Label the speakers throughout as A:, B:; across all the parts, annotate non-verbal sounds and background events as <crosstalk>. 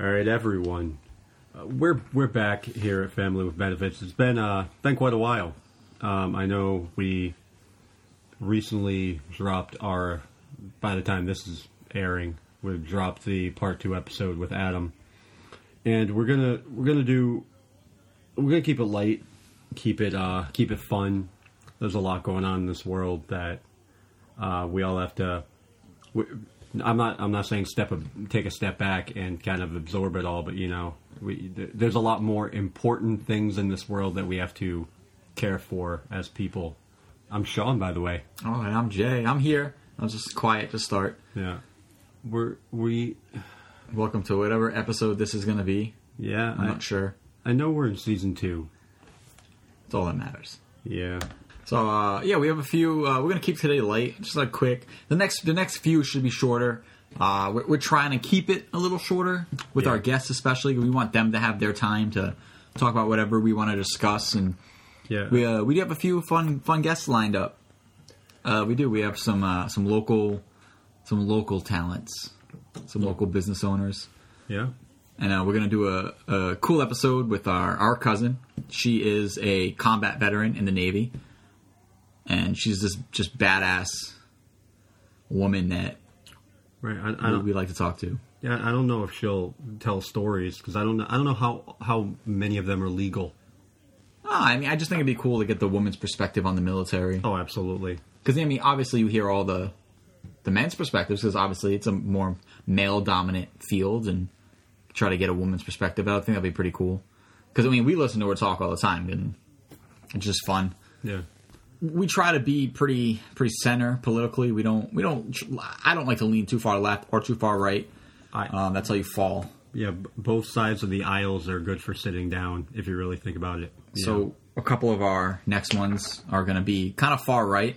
A: All right, everyone, uh, we're we're back here at Family with Benefits. It's been uh been quite a while. Um, I know we recently dropped our. By the time this is airing, we've dropped the part two episode with Adam, and we're gonna we're gonna do we're gonna keep it light, keep it uh keep it fun. There's a lot going on in this world that uh, we all have to we, I'm not. I'm not saying step. Take a step back and kind of absorb it all. But you know, we, th- there's a lot more important things in this world that we have to care for as people. I'm Sean, by the way.
B: All right, I'm Jay. I'm here. I'm just quiet to start.
A: Yeah, we're we.
B: Welcome to whatever episode this is going to be.
A: Yeah,
B: I'm
A: I,
B: not sure.
A: I know we're in season two.
B: It's all that matters.
A: Yeah,
B: So uh, yeah, we have a few. Uh, we're going to keep today light, just like quick. The next, the next few should be shorter. Uh, we're, we're trying to keep it a little shorter with
A: Yeah.
B: our guests, especially. We want them to have their time to talk about whatever we want to discuss, and
A: yeah.
B: we uh, we do have a few fun fun guests lined up. Uh, we do. We have some uh, some local some local talents, some local business owners.
A: yeah.
B: and uh, we're gonna do a, a cool episode with our our cousin. She is a combat veteran in the Navy, and she's this just badass woman that
A: Right. I, I
B: we-
A: don't.
B: we like to talk to.
A: Yeah, I don't know if she'll tell stories because I don't. know- I don't know how how many of them are legal.
B: Ah, I mean, I just think it'd be cool to get the woman's perspective on the military
A: Oh, absolutely.
B: because I mean, obviously you hear all the the men's perspectives because obviously it's a more male dominant field, and try to get a woman's perspective. I think that'd be pretty cool because I mean, we listen to her talk all the time, and it's just fun.
A: Yeah.
B: we try to be pretty pretty center politically. We don't we don't I don't like to lean too far left or too far right.
A: I,
B: Um, that's how you fall.
A: Yeah, b- both sides of the aisles are good for sitting down if you really think about it. You know,
B: So a couple of our next ones are going to be kind of far right.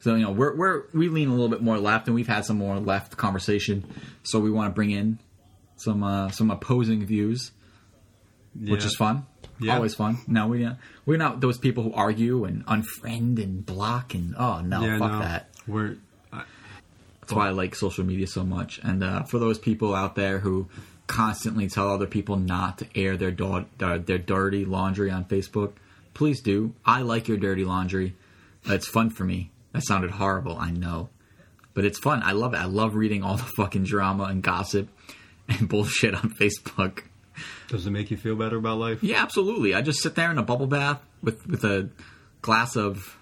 B: So you know we're we're we lean a little bit more left, and we've had some more left conversation. So we want to bring in some uh, some opposing views, which
A: yeah.
B: is fun.
A: Yeah.
B: Always fun. No, we uh, we're not those people who argue and unfriend and block and oh no,
A: Yeah,
B: fuck
A: no,
B: that.
A: We're
B: That's why I like social media so much. And uh, for those people out there who constantly tell other people not to air their da- their, their dirty laundry on Facebook, please do. I like your dirty laundry. It's fun for me. That sounded horrible, I know, but it's fun. I love it. I love reading all the fucking drama and gossip and <laughs> bullshit on Facebook.
A: does it make you feel better about life?
B: Yeah, absolutely. I just sit there in a bubble bath with with a glass of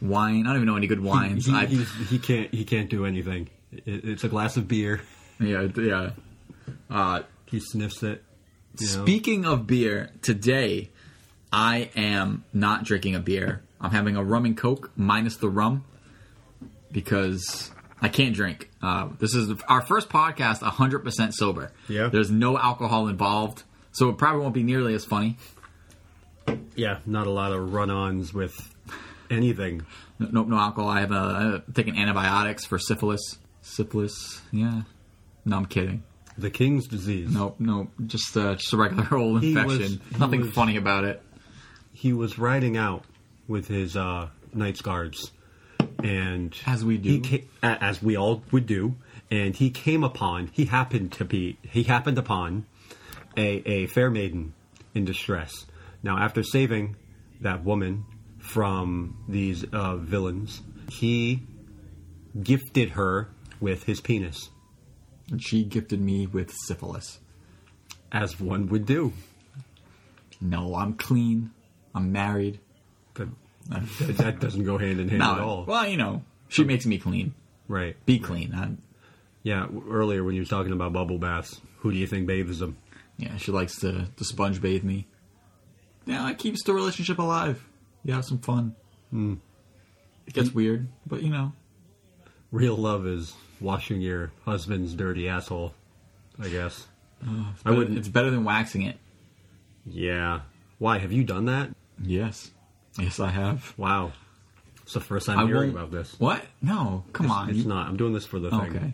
B: wine. I don't even know any good
A: He,
B: wines. I,
A: he's- he can't. He can't do anything. It, it's a glass of beer. <laughs>
B: yeah, yeah. Uh,
A: He sniffs it. you know?
B: Speaking of beer, today I am not drinking a beer. I'm having a rum and coke minus the rum because I can't drink. Uh, this is our first podcast 100% sober.
A: Yeah.
B: There's no alcohol involved, so it probably won't be nearly as funny.
A: Yeah, not a lot of run-ons with anything.
B: No- Nope, no alcohol. I have a, I have taken antibiotics for syphilis. Syphilis, yeah. No, I'm kidding.
A: The king's disease.
B: Nope, nope. Just, uh, just a regular <laughs> old
A: He was-
B: infection.
A: he
B: Nothing
A: was-
B: funny about it.
A: He was riding out with his uh, knights guards, and
B: As we do.
A: he ca- a- as we all would do. And he came upon. He happened to be. He happened upon a, a fair maiden in distress. Now, after saving that woman from these uh, villains, he gifted her with his penis,
B: And she gifted me with syphilis.
A: as one would do.
B: No, I'm clean. I'm married.
A: But that doesn't go hand in hand at all,
B: <laughs> No,
A: right?
B: well, you know, she makes me clean. Be clean. I,
A: Yeah. w- Earlier, when you was talking about bubble baths, who do you think bathes them?
B: yeah, she likes to, to sponge bathe me. Yeah, it keeps the relationship alive. You have some fun.
A: Hmm.
B: It
A: Mm.
B: gets weird, but you know,
A: Real love is washing your husband's dirty asshole, I guess.
B: Uh,
A: I
B: I
A: wouldn't.
B: It's better than waxing it.
A: Yeah. Why have you done that?
B: Yes, yes, I have.
A: Wow. It's the first time
B: I
A: hearing
B: won't-
A: about this.
B: What? No, come on.
A: It's
B: You-
A: not. I'm doing this for the thing.
B: Okay.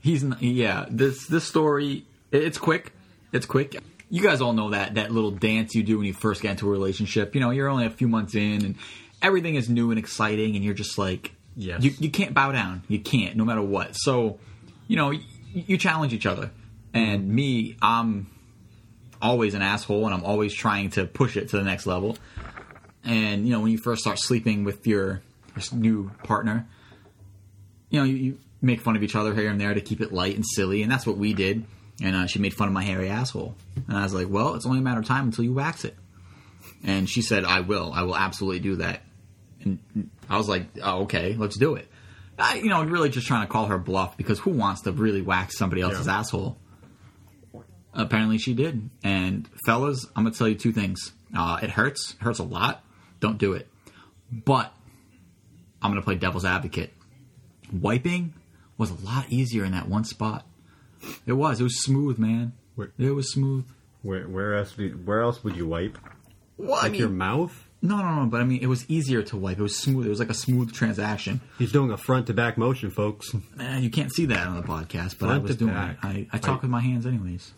B: He's n yeah. This this story it- it's quick. It's quick. You guys all know that that little dance you do when you first get into a relationship. You know, you're only a few months in, and everything is new and exciting, and you're just like,
A: Yes.
B: you, you can't bow down. You can't, no matter what. So, you know, you, you challenge each other. And me, I'm always an asshole and I'm always trying to push it to the next level. And, you know, when you first start sleeping with your new partner, you know, you, you make fun of each other here and there to keep it light and silly. And that's what we did. And uh, she made fun of my hairy asshole. And I was like, well, it's only a matter of time until you wax it. And she said, I will. I will absolutely do that. And I was like, oh, okay, let's do it. I, you know, really just trying to call her bluff because who wants to really wax somebody else's
A: Yeah.
B: asshole? Apparently she did. And fellas, I'm going to tell you two things. Uh, it hurts, it hurts a lot. Don't do it. But I'm going to play devil's advocate. Wiping was a lot easier in that one spot. It was. It was smooth, man.
A: Where-
B: It was smooth.
A: Where, where else? Do, where else would you wipe?
B: Well, I
A: Like your
B: mean,
A: mouth?
B: no, no, no. But I mean, it was easier to wipe. It was smooth. It was like a smooth transaction.
A: He's doing a front to back motion,
B: <laughs>
A: folks.
B: Eh, you can't see that on the podcast, but I
A: Front
B: was
A: to
B: doing it.
A: back.
B: I, I talk
A: I-
B: with my hands, anyways.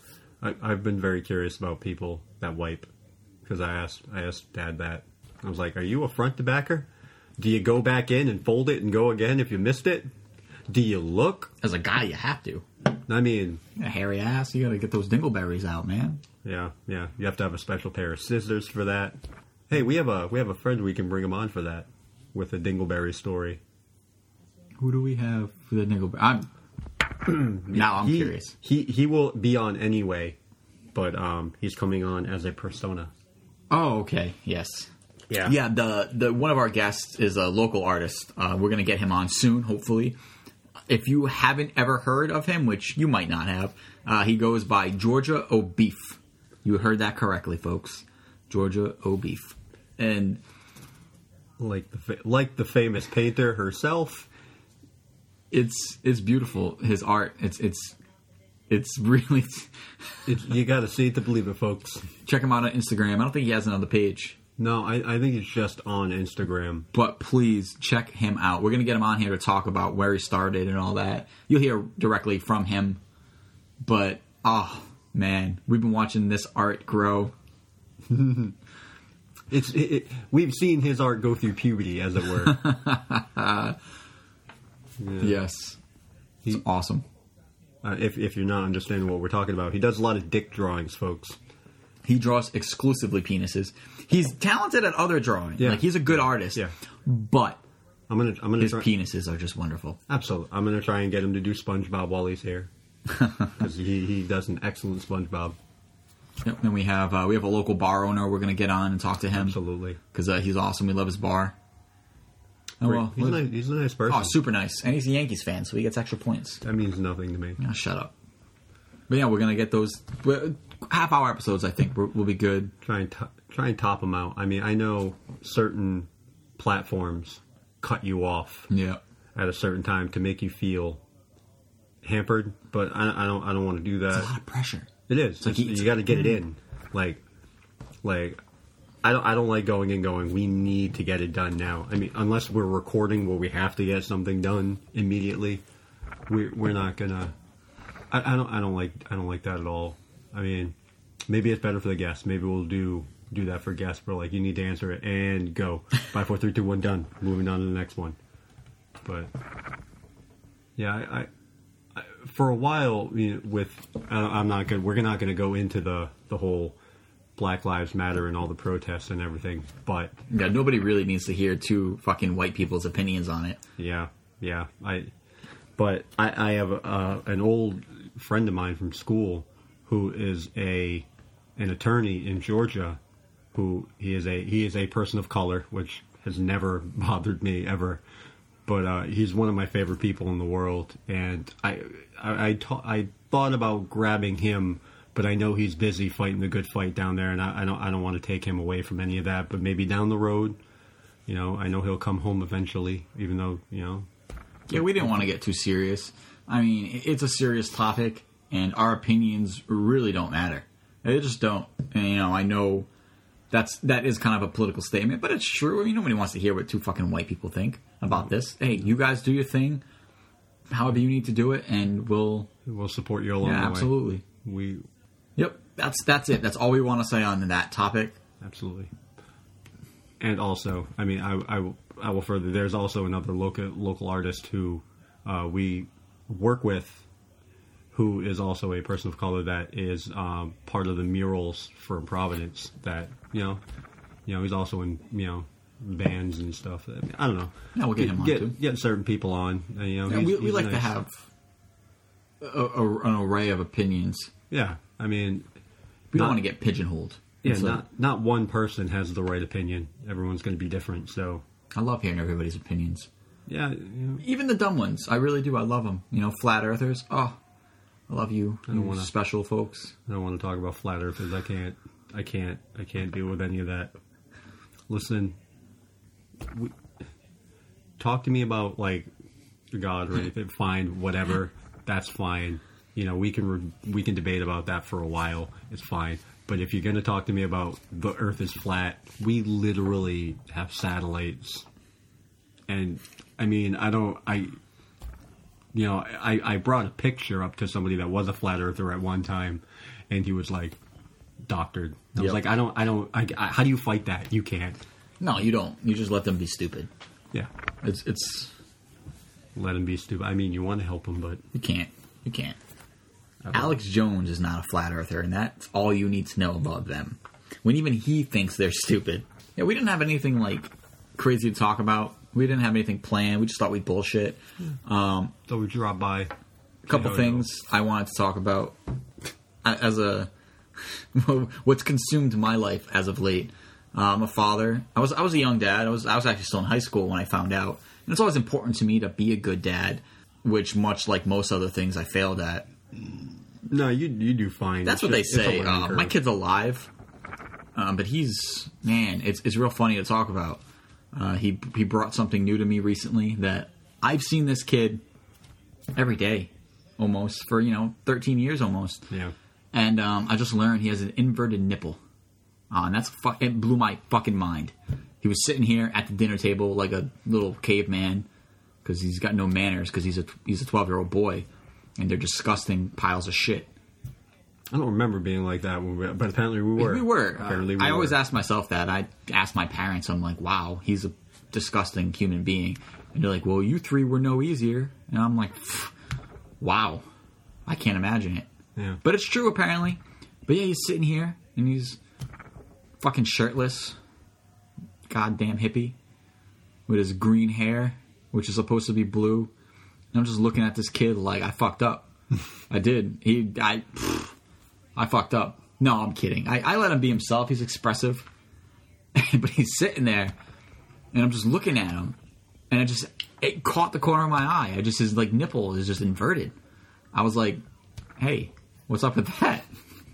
A: I, I've been very curious about people that wipe because I asked I asked Dad that. I was like, "Are you a front to backer? Do you go back in and fold it and go again if you missed it? Do you look?
B: As a guy, you have to.
A: I mean,
B: A hairy ass. You got to get those dingleberries out, man.
A: yeah, yeah. You have to have a special pair of scissors for that. Hey, we have a we have a friend we can bring him on for that with a dingleberry story.
B: Who do we have for the dingleberry? I'm <clears throat> now. I'm
A: he,
B: curious.
A: He he will be on anyway, but um, he's coming on as a persona.
B: Oh, okay. Yes.
A: Yeah,
B: yeah the the one of our guests is a local artist uh, we're gonna get him on soon hopefully if you haven't ever heard of him which you might not have uh, he goes by georgia o'beef you heard that correctly folks georgia o'beef and
A: like the fa- like the famous painter herself.
B: it's it's beautiful his art it's it's it's <laughs> really
A: It's, you got to see it to believe it, folks.
B: check him out on instagram i don't think he has another page
A: No, I, I think it's just on Instagram.
B: but please check him out. We're going to get him on here to talk about where he started and all that. You'll hear directly from him. But oh man, we've been watching this art grow.
A: It's it, it, we've seen his art go through puberty, as it
B: <laughs>
A: were.
B: Yes. It's awesome.
A: uh, if if you're not understanding what we're talking about, he does a lot of dick drawings, folks.
B: He draws exclusively penises. He's talented at other drawing.
A: Yeah.
B: Like he's a good artist.
A: Yeah.
B: But
A: I'm gonna I'm gonna
B: his
A: try,
B: penises are just wonderful.
A: absolutely I'm gonna try and get him to do SpongeBob while he's
B: <laughs>
A: here because he he does an excellent SpongeBob.
B: Yep. Then we have uh, we have a local bar owner. We're going to get on and talk to him
A: Absolutely,
B: because uh, he's awesome. We love his bar. Oh,
A: Great.
B: well,
A: he's, a nice, he's a nice person.
B: oh, super nice, and he's a Yankees fan, so he gets extra points.
A: That means nothing to me.
B: Oh, shut up. But yeah, we're gonna get those half hour episodes. I think we will be good.
A: Try and to, try and top him out. I mean, I know certain platforms cut you off
B: Yeah.
A: at a certain time to make you feel hampered, but I, I don't I don't want to do
B: A
A: that.
B: lot of pressure.
A: It is It's-
B: like it's-
A: you got to get it in, like like I don't I don't like going and going. We need to get it done now. I mean, unless we're recording where we have to get something done immediately, we're we're not gonna. I, I don't I don't like I don't like that at all. I mean, maybe it's better for the guests. Maybe we'll do do that for guests. But like, you need to answer it and go. Five, four, three, two, one. Done. Moving on to the next one. But yeah, I, I, I for a while you know, with I, I'm not good. We're not going to go into the the whole Black Lives Matter and all the protests and everything. But
B: Yeah. Nobody really needs to hear two fucking white people's opinions on it.
A: yeah, yeah. I but I, I have uh, an old friend of mine from school who is a an attorney in Georgia. Who he is a he is a person of color, which has never <laughs> bothered me ever. But uh, he's one of my favorite people in the world, and I I I, ta- I thought about grabbing him, but I know he's busy fighting the good fight down there, and I, I don't I don't want to take him away from any of that. But maybe down the road, you know, I know he'll come home eventually, even though you know
B: Yeah, we didn't want to get too serious. I mean, i- it's a serious topic, and our opinions really don't matter. They just don't. And, you know, I know that's that is kind of a political statement, but it's true. I mean, nobody wants to hear what two fucking white people think about this. Hey, you guys do your thing, however you need to do it, and we'll
A: we'll support you along
B: yeah,
A: the way.
B: absolutely.
A: We
B: Yep, that's that's it. That's all we want to say on that topic.
A: absolutely. And also, I mean, I, I, will- I will further. There's also another local local artist who uh, we work with who is also a person of color that is um, part of the murals from Providence. That you know, you know, he's also in you know bands and stuff. That, I don't know.
B: Yeah, we'll get him on,
A: get,
B: too.
A: get certain people on. uh, You know,
B: And
A: he's-
B: we, we
A: he's
B: like to
A: nice.
B: have a, a, an array of opinions.
A: Yeah, I mean,
B: We
A: Not-
B: don't want to get pigeonholed.
A: yeah,
B: It's like-
A: not not one person has the right opinion. Everyone's going to be different. So
B: I love hearing everybody's opinions.
A: yeah, you know,
B: Even the dumb ones. I really do. I love them. You know, flat earthers. Oh, I love you. I
A: don't wanna-
B: Special folks.
A: I don't want to talk about flat earthers. I can't. I can't. I can't deal with any of that. Listen, we, talk to me about like God or anything. Fine, whatever. That's fine. You know, we can re- we can debate about that for a while. It's fine. But if you're going to talk to me about the Earth is flat, we literally have satellites, and I mean, I don't. I you know, I, I brought a picture up to somebody that was a flat earther at one time, and he was like, doctored. I was
B: Yep.
A: like, I don't, I don't, I, I- how do you fight that? You can't.
B: No, you don't. You just let them be stupid.
A: Yeah.
B: It's it's
A: Let him be stupid. I mean, you want to help him, but
B: you can't. You can't. Alex Jones is not a flat earther, and that's all you need to know about them. When even he thinks they're stupid. Yeah, we didn't have anything like crazy to talk about. We didn't have anything planned. We just thought we'd bullshit. Um,
A: so we drop by.
B: a couple
A: Yeah,
B: things I wanted to talk about a- as a <laughs> what's consumed my life as of late. Uh, I'm a father. I was I was a young dad. I was I was actually still in high school when I found out, and it's always important to me to be a good dad. Which, much like most other things, I failed at.
A: No, you you do fine.
B: That's
A: It's
B: what
A: just-
B: they
A: it's a
B: say.
A: learning
B: Uh,
A: curve.
B: my kid's alive, um, but he's man. It's it's real funny to talk about. Uh, he he brought something new to me recently that I've seen this kid every day, almost for you know 13 years almost.
A: Yeah.
B: And um, I just learned he has an inverted nipple, uh, and that's fu- it blew my fucking mind. He was sitting here at the dinner table like a little caveman because he's got no manners because he's a he's a 12 year old boy, and they're disgusting piles of shit.
A: I don't remember being like that, when we, but apparently we were.
B: We were.
A: Apparently
B: Uh,
A: we
B: I always
A: were.
B: ask myself that. I ask my parents, I'm like, wow, he's a disgusting human being. And they're like, well, you three were no easier. And I'm like, "Pff, wow, I can't imagine it.
A: Yeah.
B: But it's true, apparently. But yeah, he's sitting here and he's fucking shirtless, goddamn hippie, with his green hair, which is supposed to be blue. And I'm just looking at this kid like, I fucked up. I did. He, I, I fucked up. No, I'm kidding. I, I let him be himself. He's expressive. <laughs> but he's sitting there, and I'm just looking at him, and it just it caught the corner of my eye. I just his like nipple is just inverted. I was like, "Hey, what's up with that?"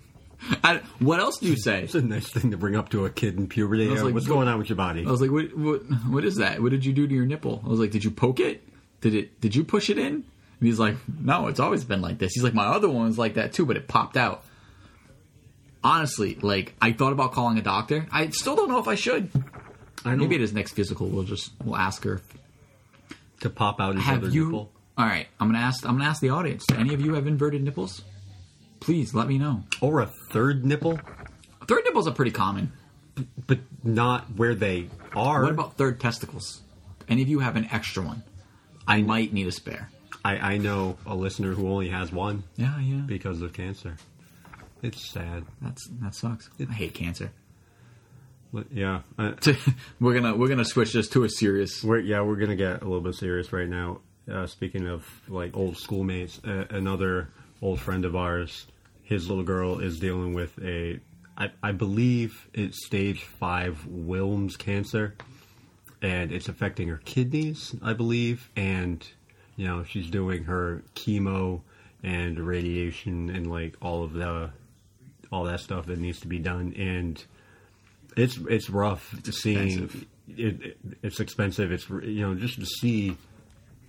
B: <laughs> I, what else do you say?
A: It's a nice thing to bring up to a kid in puberty.
B: was
A: Yeah,
B: like,
A: What's
B: what-
A: going on with your body?
B: I was like, "What? What? What is that? What did you do to your nipple?" I was like, "Did you poke it? Did it? Did you push it in?" And he's like, "No, it's always been like this." He's like, "My other one was like that too, but it popped out." Honestly, like I thought about calling a doctor. I still don't know if I should.
A: I don't
B: Maybe at his next physical, we'll just we'll ask her.
A: to pop out his other
B: Have you?
A: nipple.
B: All right, I'm gonna ask. I'm gonna ask the audience. Do any of you have inverted nipples? Please let me know.
A: or a third nipple,
B: Third nipples are pretty common.
A: but not where they are.
B: What about third testicles? Any of you have an extra one? I might need a spare.
A: I, I know a listener who only has one
B: Yeah, yeah.
A: because of cancer. It's sad.
B: That's that sucks. I hate cancer.
A: But, Yeah, uh,
B: <laughs> we're gonna we're gonna switch this to a serious.
A: we're yeah we're gonna get a little bit serious right now. Uh, speaking of like old schoolmates, uh, another old friend of ours, his little girl is dealing with a, I, I believe it's stage five Wilms cancer, and it's affecting her kidneys, I believe, and you know she's doing her chemo and radiation and like all of the all that stuff that needs to be done and it's it's rough to see
B: expensive.
A: it, it, it's expensive it's you know just to see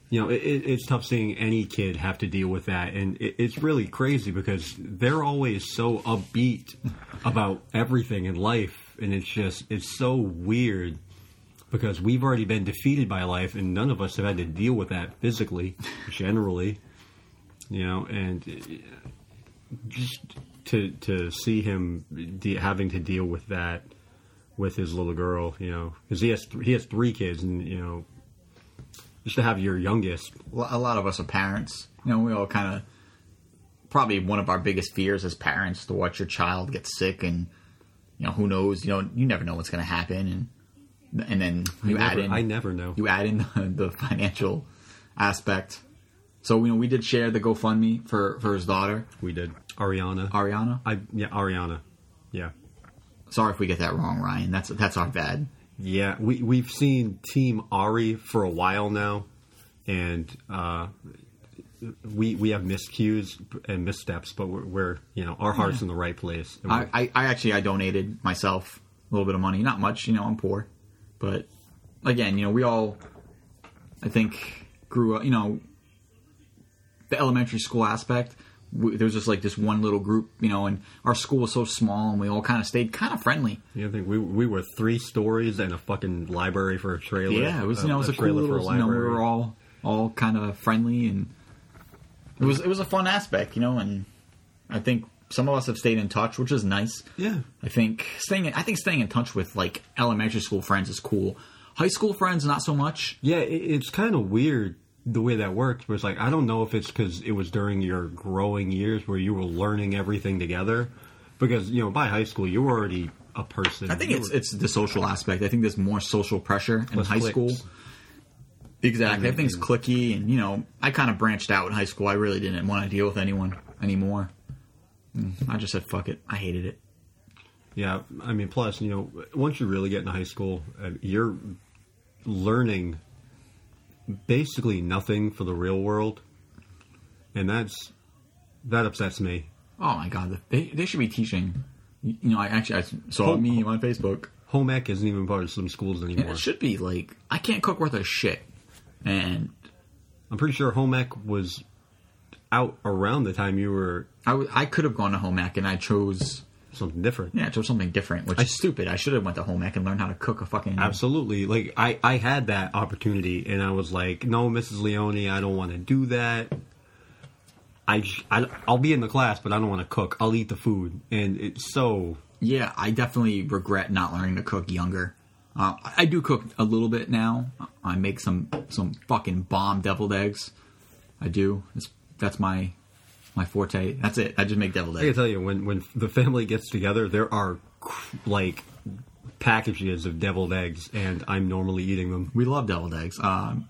A: you know it, it, it's tough seeing any kid have to deal with that and it, it's really crazy because they're always so upbeat about everything in life and it's just it's so weird because we've already been defeated by life and none of us have had to deal with that
B: <laughs>
A: physically generally you know and uh, just to to see him de- having to deal with that with his little girl you know because he has th- he has three kids and you know just to have your youngest
B: A lot of us are parents. You know, we all kind of probably one of our biggest fears as parents to watch your child get sick and you know who knows you know you never know what's going to happen and and then you
A: I
B: add
A: never,
B: in
A: I never know.
B: you add in <laughs> the, the financial aspect. So you know we did share the GoFundMe for for his daughter
A: we did Ariana.
B: Ariana.
A: I yeah Ariana. Yeah.
B: Sorry if we get that wrong, Ryan. That's that's our bad.
A: Yeah, we we've seen Team Ari for a while now, and uh, we we have miscues and missteps, but we're, we're you know our heart's in the right place. And
B: I,
A: we're-
B: I, I actually I donated myself a little bit of money, not much, you know, I'm poor, but again, you know, we all I think grew up, you know, the elementary school aspect. We, there was just like this one little group, you know, and our school was so small, and we all kind of stayed kind of friendly.
A: you know, I think we we were three stories and a fucking library for a trailer.
B: Yeah, it was you know it was a, cool
A: trailer
B: little
A: for a
B: you know we
A: library.
B: were all all kind of friendly and it was it was a fun aspect you know and I think some of us have stayed in touch which is nice.
A: Yeah.
B: I think staying in, I think staying in touch with like elementary school friends is cool. High school friends not so much.
A: Yeah, it, it's kind of weird the way that worked. Where it's like I don't know if it's because it was during your growing years where you were learning everything together, because you know by high school you were already a person.
B: I think
A: You
B: it's
A: were-
B: it's the social aspect. I think there's more social pressure in
A: Plus
B: high
A: cliques.
B: school. Exactly.
A: And-
B: Everything's
A: and-
B: clicky and you know, I kind of branched out in high school. I really didn't want to deal with anyone anymore. Mm, I just said fuck it. I hated it.
A: Yeah, I mean, plus you know, once you really get into high school, uh, you're learning basically nothing for the real world, and that's that upsets me.
B: Oh my god, they they should be teaching. You know, I actually I saw a
A: Home-
B: meme on Facebook.
A: Home ec isn't even part of some schools
B: And
A: anymore.
B: it should be like I can't cook worth a shit, and
A: I'm pretty sure home ec was out around the time you were
B: I w- I could have gone to home ec and I chose
A: something different.
B: yeah I chose something different, which is stupid. I should have went to home ec and learned how to cook a fucking
A: Absolutely. Like I, I had that opportunity, and I was like, "No, Mrs. Leone, I don't want to do that. I, sh- I, I'll be in the class, but I don't want to cook. I'll eat the food." And it's so
B: yeah. I definitely regret not learning to cook younger. Uh, I- I do cook a little bit now. I make some some fucking bomb deviled eggs. I do. It's, that's my my forte. That's it. I just make deviled
A: I
B: eggs.
A: can tell you, when when the family gets together, there are cr- like packages of deviled eggs, and I'm normally eating them.
B: We love deviled eggs. Um,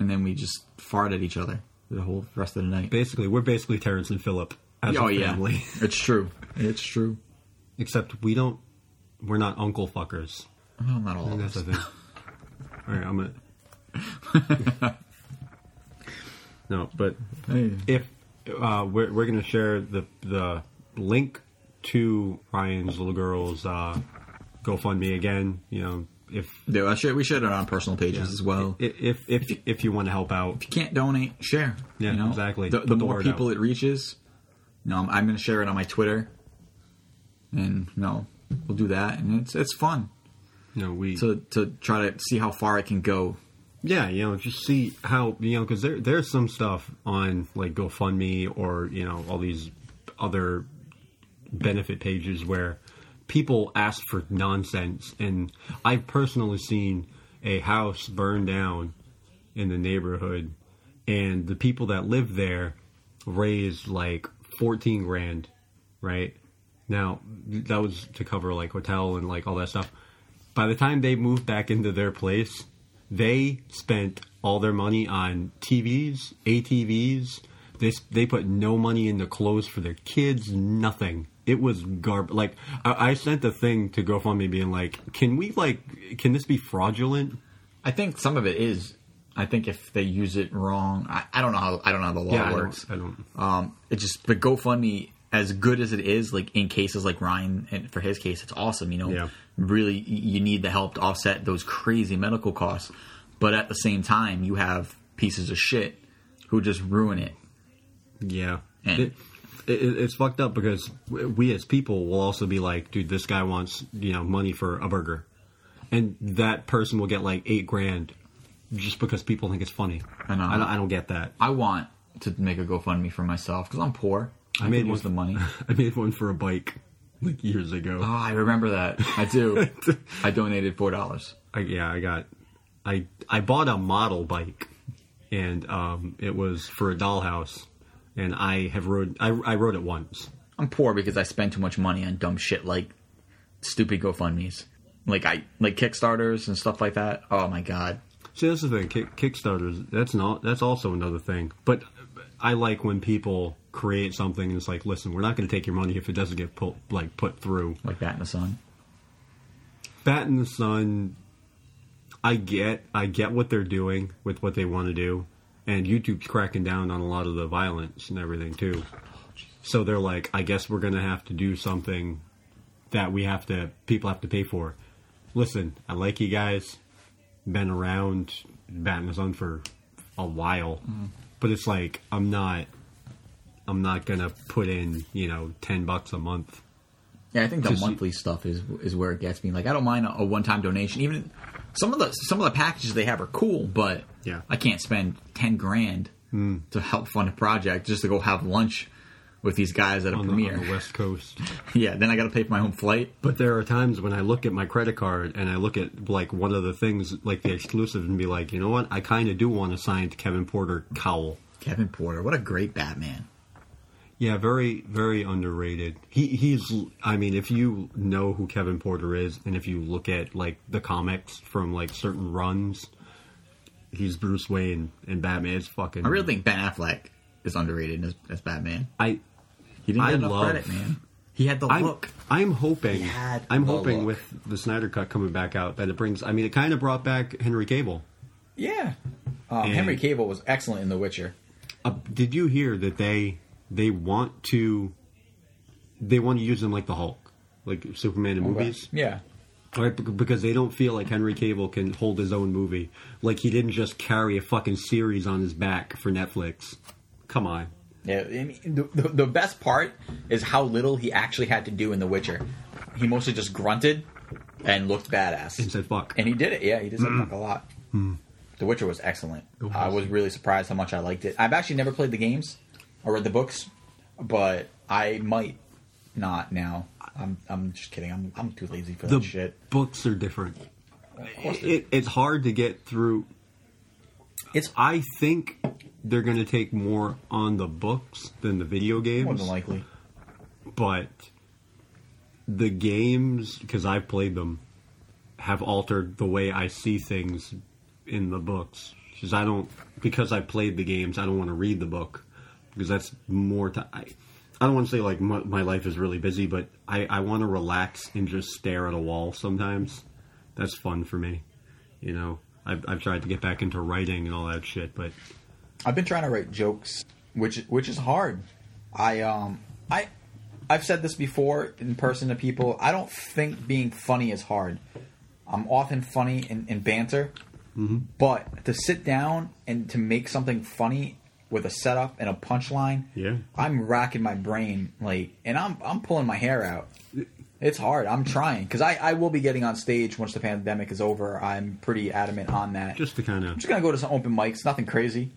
B: and then we just fart at each other the whole rest of the night.
A: Basically, we're basically Terrence and Philip as
B: oh
A: a
B: yeah,
A: family, <laughs>
B: <laughs> it's true. It's true.
A: except we don't. We're not uncle fuckers.
B: Well, not all of
A: That's
B: us.
A: the thing. <laughs> All right, I'm gonna. <laughs> no, but
B: Hey.
A: if uh, we're we're gonna share the the link to Ryan's little girl's uh, GoFundMe again, you know, if
B: Dude, I should, we shared it on personal pages as well.
A: I- if if if you want to help out,
B: Can't donate, share.
A: Yeah,
B: you know?
A: exactly.
B: The,
A: Put
B: the
A: the
B: more
A: word
B: people
A: out.
B: it reaches, you know, I'm, I'm going to share it on my Twitter, and you know, we'll do that, and it's it's fun
A: you know, we
B: to to try to see how far it can go.
A: yeah, you know, just see how you know because there there's some stuff on like GoFundMe or you know all these other benefit pages where people ask for nonsense, and I've personally seen a house burn down in the neighborhood, and the people that live there raised like fourteen grand, right? Now that was to cover like hotel and like all that stuff. By the time they moved back into their place, they spent all their money on TVs, ATVs. They s- they put no money into clothes for their kids. Nothing. It was garb. Like I, I sent a thing to GoFundMe, being like, "Can we like? Can this be fraudulent?"
B: I think some of it is. I think if they use it wrong, I, I don't know how I don't know how the law
A: I don't-
B: works.
A: I don't.
B: Um, it just but GoFundMe as good as it is, like in cases like Ryan and for his case, it's awesome. You know,
A: Yeah.
B: really y- you need the help to offset those crazy medical costs, but at the same time, you have pieces of shit who just ruin it.
A: Yeah.
B: And-
A: It, it, it's fucked up because w- we as people will also be like, dude, this guy wants, you know, money for a burger. And that person will get like eight grand just because people think it's funny.
B: I know.
A: I don't, I don't get that. <laughs>
B: I want to make a GoFundMe for myself because I'm poor. I,
A: made
B: made use
A: one-
B: the money. <laughs> oh,
A: I made one for a bike like years ago.
B: I remember that.
A: <laughs>
B: I do. I donated four dollars.
A: I, yeah, I got, I I bought a model bike, and um, it was for a dollhouse, and I have rode. I, I rode it once.
B: I'm poor because I spend too much money on dumb shit like stupid GoFundmes, like I like Kickstarters and stuff like that. Oh my god,
A: See, that's the thing. Kick, Kickstarters. That's not. That's also another thing. But I like when people create something and it's like, listen, we're not going to take your money if it doesn't get put like put through.
B: like that in the sun.
A: Bat in the Sun. I get. I get what they're doing with what they want to do, and YouTube's cracking down on a lot of the violence and everything too. So they're like, I guess we're going to have to do something that we have to. People have to pay for. Listen, I like you guys. Been around Bat in the Sun for a while, but it's like I'm not. I'm not gonna put in, you know, ten bucks a month.
B: Yeah, I think the
A: Just-
B: monthly stuff is is where it gets me. Like, I don't mind a, a one time donation. Even some of the some of the packages they have are cool, but
A: Yeah. Hmm.
B: I can't spend ten grand to help fund a project just to go have lunch with these guys at a
A: on the, on
B: <laughs> premiere.
A: the West Coast.
B: yeah, then I got to pay for my home flight.
A: But there are times when I look at my credit card and I look at like one of the things, like the exclusive, and be like, you know what? I kind of do want a signed Kevin Porter cowl.
B: Kevin Porter, what a great Batman!
A: Yeah, very, very underrated. He he's. I mean, if you know who Kevin Porter is, and if you look at like the comics from like certain runs, he's Bruce Wayne and Batman. It's fucking.
B: I really think Ben Affleck is underrated as, as Batman.
A: I
B: He didn't
A: I
B: get enough
A: love-
B: credit, man. He had the
A: I'm,
B: look.
A: I'm hoping.
B: Yeah,
A: I'm
B: the
A: hoping
B: look.
A: with the Snyder Cut coming back out that it brings. I mean, it kind of brought back Henry Cable.
B: Yeah, um,
A: And-
B: Henry Cable was excellent in The Witcher.
A: Uh, did you hear that they they want to they want to use him like the Hulk, like Superman in
B: Oh,
A: movies,
B: Yeah,
A: right? bec- Because they don't feel like Henry Cable can hold his own movie. Like he didn't just carry a fucking series on his back for Netflix. Come on,
B: Yeah, I mean, the, the, the best part is how little he actually had to do in The Witcher. He mostly just grunted and looked badass.
A: and said fuck.
B: And he did it. Yeah, he did say fuck a lot. The Witcher was excellent. I Mm. was really surprised how much I liked it. I've actually never played the games or read the books, but I might not now. I'm I'm just kidding. I'm I'm too lazy for that
A: the
B: shit.
A: books are different.
B: Of course it-
A: It, it's hard to get through.
B: it's
A: I think they're going to take more on the books than the video games.
B: more than likely.
A: but the games because I've played them have altered the way I see things in the books because I don't because I played the games I don't want to read the book because that's more time. I, I don't want to say like my, my life is really busy, but I, I want to relax and just stare at a wall sometimes. That's fun for me, you know. I've, I've tried to get back into writing and all that shit, but
B: I've been trying to write jokes, which which is hard. I um I I've said this before in person to people. I don't think being funny is hard. I'm often funny in, in banter, but to sit down and to make something funny with a setup and a punchline,
A: Yeah.
B: I'm racking my brain like, and I'm I'm pulling my hair out. It's hard. I'm trying because I, I will be getting on stage once the pandemic is over. I'm pretty adamant on that.
A: just to kind of
B: I'm just gonna go to some open mics, nothing crazy,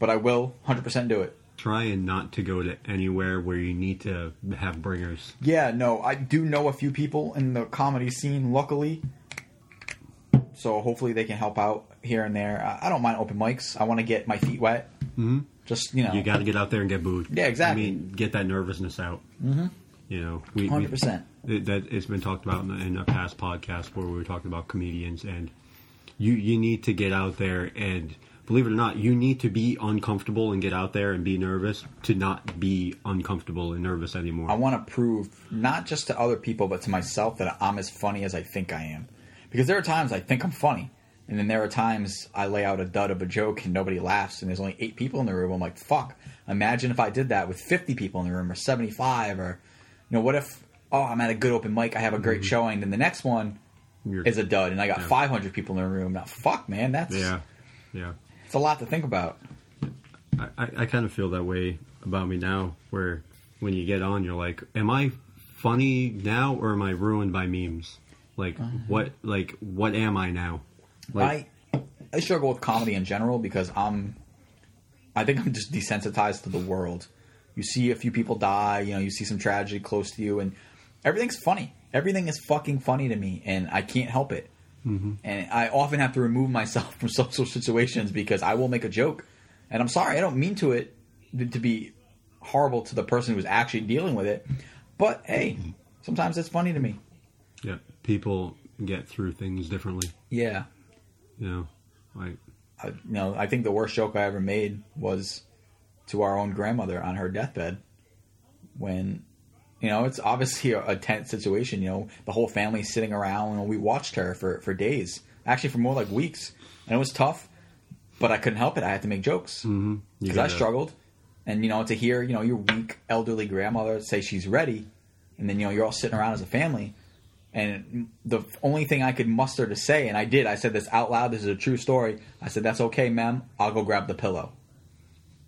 B: but I will 100% do it.
A: try and not to go to anywhere where you need to have bringers.
B: Yeah, no, I do know a few people in the comedy scene, luckily, so hopefully they can help out here and there. I, I don't mind open mics. I want to get my feet wet. Mm-hmm. Just you know,
A: You got to get out there and get booed.
B: Yeah,
A: I
B: exactly.
A: mean, get that nervousness out. Mm-hmm. You know, we- we-
B: 100%.
A: it- that it's been talked about in, the, in a past podcast where we were talking about comedians, and you you need to get out there and believe it or not, you need to be uncomfortable and get out there and be nervous to not be uncomfortable and nervous anymore.
B: I want to prove not just to other people but to myself that I'm as funny as I think I am. Because there are times I think I'm funny, and then there are times I lay out a dud of a joke and nobody laughs, and there's only eight people in the room. I'm like, fuck. Imagine if I did that with 50 people in the room or 75 or, you know, what if? Oh, I'm at a good open mic. I have a great showing. Then the next one
A: Mm-hmm. You're-
B: is a dud, and I got 500 people in the room. Now, fuck, man, that's
A: yeah, yeah.
B: it's a lot to think about.
A: I, I, I kind of feel that way about me now, where when you get on, you're like, am I funny now or am I ruined by memes? Like what? Like what am I now? Like
B: Mm-hmm. I I struggle with comedy in general because I'm I think I'm just desensitized to the world. You see a few people die, you know, you see some tragedy close to you, and everything's funny. Everything is fucking funny to me, and I can't help it. And I often have to remove myself <laughs> from social situations because I will make a joke, and I'm sorry, I don't mean to it to be horrible to the person who's actually dealing with it. But hey, sometimes it's funny to me.
A: Yeah, people get through things differently.
B: Yeah.
A: You know, like
B: I, you know, I think the worst joke I ever made was to our own grandmother on her deathbed when you know it's obviously a, a tense situation you know the whole family sitting around and we watched her for, for days actually for more like weeks and it was tough but i couldn't help it i had to make jokes because
A: Mm-hmm. you
B: i
A: gotta-
B: struggled and you know to hear you know your weak elderly grandmother say she's ready and then you know you're all sitting around as a family and the only thing i could muster to say and i did i said this out loud this is a true story i said that's okay ma'am i'll go grab the pillow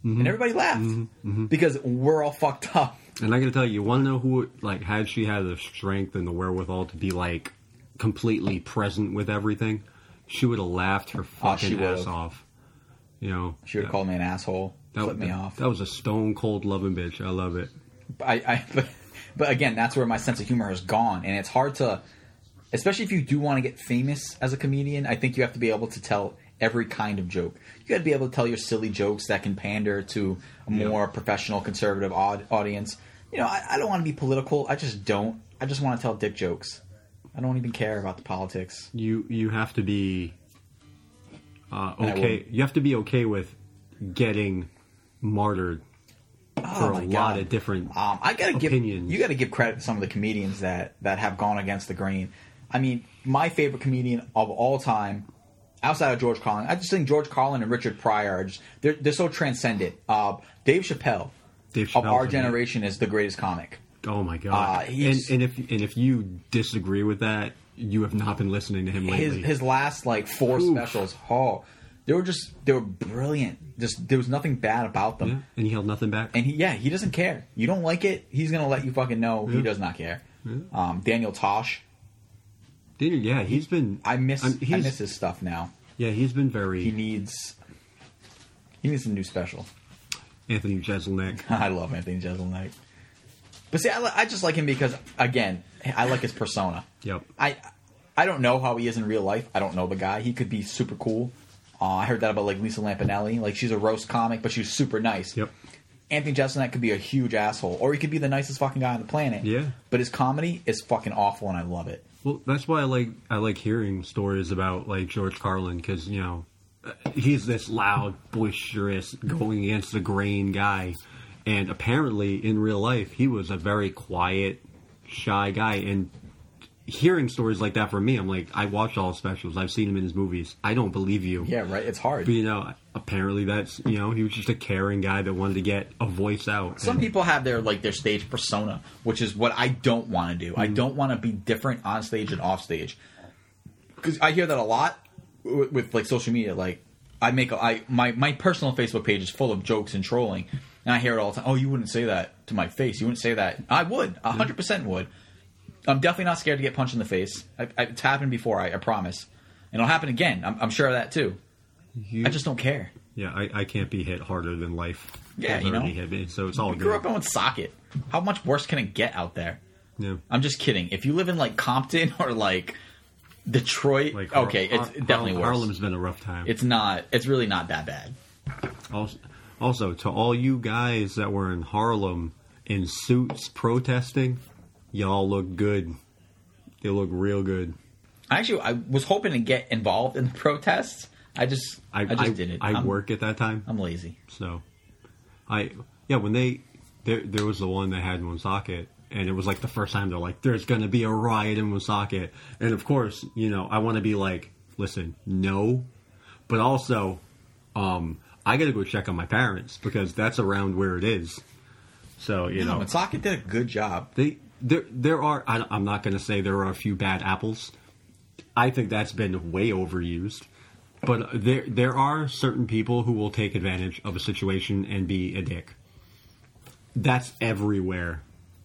A: Mm-hmm.
B: and everybody laughed because we're all fucked up
A: And I gotta tell you, you want to know who, like, had she had the strength and the wherewithal to be, like, completely present with everything, she would have laughed her
B: Oh, she
A: fucking
B: would've.
A: ass off. You know?
B: She would have called me an asshole, flipped me off.
A: That was a stone cold loving bitch. I love it.
B: I, I <laughs> but, but again, that's where my sense of humor has gone, and it's hard to, especially if you do want to get famous as a comedian. I think you have to be able to tell every kind of joke. You got to be able to tell your silly jokes that can pander to a more professional, conservative odd audience. You know, I, I don't want to be political. I just don't. I just want to tell dick jokes. I don't even care about the politics.
A: You you have to be uh,
B: I
A: okay. You have to be okay with getting martyred for a
B: Oh my
A: lot
B: God.
A: of different.
B: Um, I gotta give
A: Opinions.
B: you gotta give credit to some of the comedians that that have gone against the grain. I mean, my favorite comedian of all time, outside of George Carlin, I just think George Carlin and Richard Pryor are just they're they're so transcendent. Uh, Dave Chappelle
A: Dave
B: of
A: Chappelle's
B: our
A: amazing.
B: generation is the greatest comic.
A: Oh my god!
B: Uh,
A: and,
B: he's-
A: and if and if you disagree with that, you have not been listening to him
B: His
A: lately.
B: his last like four
A: Oof.
B: specials, oh, they were just they were brilliant. Just there was nothing bad about them.
A: Yeah, and he held nothing back.
B: And he, yeah, he doesn't care. You don't like it, he's gonna let you fucking know he does not care. Um, Daniel Tosh,
A: Dude, yeah, he's been.
B: I miss
A: I'm-
B: I
A: Um, he's-
B: miss his stuff now.
A: Yeah, he's been very
B: He needs he needs a new special. <laughs>
A: Anthony Jeselnik.
B: I love Anthony Jeselnik, but see, I, li- I just like him because again, I like his persona.
A: Yep.
B: I I don't know how he is in real life. I don't know the guy. He could be super cool. Uh, I heard that about like Lisa Lampanelli. Like she's a roast comic, but she's super nice.
A: Yep.
B: Anthony Jeselnik could be a huge asshole, or he could be the nicest fucking guy on the planet.
A: Yeah.
B: But his comedy is fucking awful, and I love it.
A: Well, that's why I like I like hearing stories about like George Carlin because you know uh, he's this loud, boisterous, going against the grain guy, and apparently in real life he was a very quiet, shy guy. And hearing stories like that from me, I'm like, I watched all his specials. I've seen him in his movies. I don't believe you.
B: Yeah, right. It's hard.
A: But, you know, apparently that's you know he was just a caring guy that wanted to get a voice out.
B: some people have their like their stage persona, which is what I don't want to do. I don't want to be different on stage and off stage. Because I hear that a lot with, with like social media. Like I make a, I my my personal Facebook page is full of jokes and trolling, and I hear it all the time. Oh, you wouldn't say that to my face. You wouldn't say that. I would. a hundred percent would. I'm definitely not scared to get punched in the face. I, I, it's happened before. I, I promise, and it'll happen again. I'm, I'm sure of that too. I just don't care.
A: Yeah, I, I can't be hit harder than life.
B: Yeah,
A: has
B: you know.
A: already hit me, so it's all
B: I grew
A: good.
B: up in Woonsocket. How much worse can it get out there?
A: yeah.
B: I'm just kidding. If you live in like Compton <laughs> or like Detroit,
A: Like Har-
B: okay, it's
A: Har-
B: definitely worse.
A: Harlem's been a rough time.
B: It's not. It's really not that bad.
A: also, also to all you guys that were in Harlem in suits protesting, y'all look good. They look real good.
B: I Actually, I was hoping to get involved in the <laughs> protests. I just, I, just didn't.
A: I
B: I'm-
A: work at that time,
B: I'm lazy.
A: so I yeah. When they there, there was the one that had Woonsocket, and it was like the first time they're like, "There's gonna be a riot in Woonsocket," and of course, you know, I want to be like, "Listen, no," but also, um, I gotta go check on my parents because that's around where it is. So you
B: No,
A: know,
B: Woonsocket did a good job.
A: They there there are. I, I'm not going to say there are a few bad apples. I think that's been way overused. But there there are certain people who will take advantage of a situation and be a dick. That's everywhere.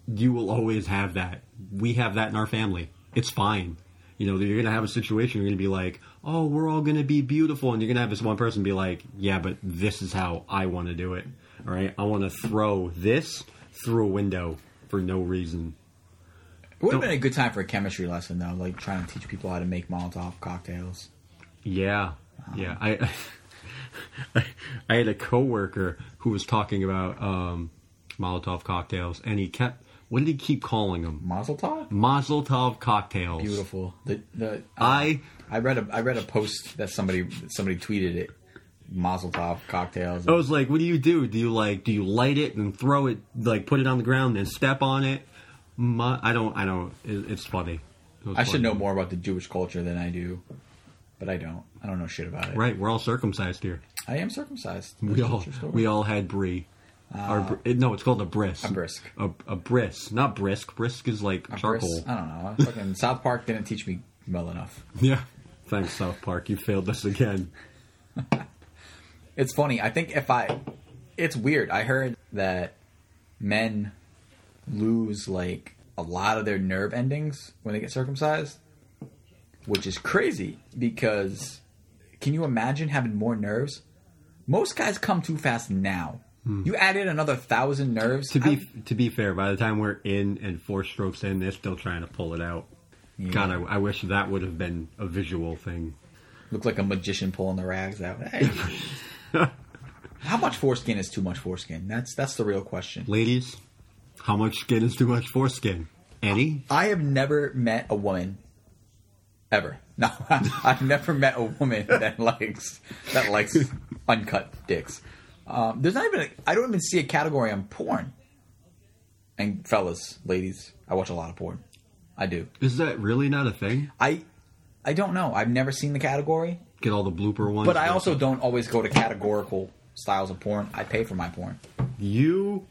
A: You will always have that. We have that in our family. It's fine. You know, you're going to have a situation, you're going to be like, oh, we're all going to be beautiful. And you're going to have this one person be like, yeah, but this is how I want to do it. All right. I want to throw this through a window for no reason.
B: It would have been a good time for a chemistry lesson though, like trying to teach people how to make Molotov cocktails.
A: Yeah, yeah. I, <laughs> I had a coworker who was talking about um, Molotov cocktails, and he kept. What did he keep calling them?
B: Mazel tov.
A: Mazel Tov cocktails.
B: Beautiful. The, the,
A: I
B: I read a I read a post that somebody somebody tweeted it. Mazel tov cocktails.
A: I was like, what do you do? Do you like do you light it and throw it like put it on the ground and step on it? My, I don't I don't. It, it's funny. It was
B: I should
A: funny.
B: know more about the Jewish culture than I do, but I don't. I don't know shit about it.
A: Right, we're all circumcised here.
B: I am circumcised.
A: We
B: That's
A: all
B: your story. Uh,
A: we all had brie. Or br- it- no, it's called a brisk.
B: A brisk.
A: A, a brisk, not brisk. Brisk is like charcoal.
B: Chris, I don't know. I Fucking <laughs> South Park didn't teach me well enough.
A: Yeah. Thanks, South Park. You failed us again.
B: It's funny. I think if I, it's weird. I heard that men lose like a lot of their nerve endings when they get circumcised, which is crazy because can you imagine having more nerves? Most guys come too fast now. You added another thousand nerves.
A: Hmm. To be
B: I-
A: to be fair, by the time we're in and four strokes in, they're still trying to pull it out. God, I, I wish that would have been a visual thing.
B: Look like a magician pulling the rags out. Hey. How much foreskin is too much foreskin? That's that's the real question.
A: Ladies, how much skin is too much foreskin? Any?
B: I have never met a woman ever. <laughs> No, I've never met a woman that likes that likes uncut dicks. Um, there's not even a, I don't even see a category on porn. And fellas, ladies, I watch a lot of porn. I do.
A: Is that really not a thing?
B: I I don't know. I've never seen the category,
A: Get all the blooper ones.
B: but I also don't always go to categorical styles of porn. I pay for my porn.
A: you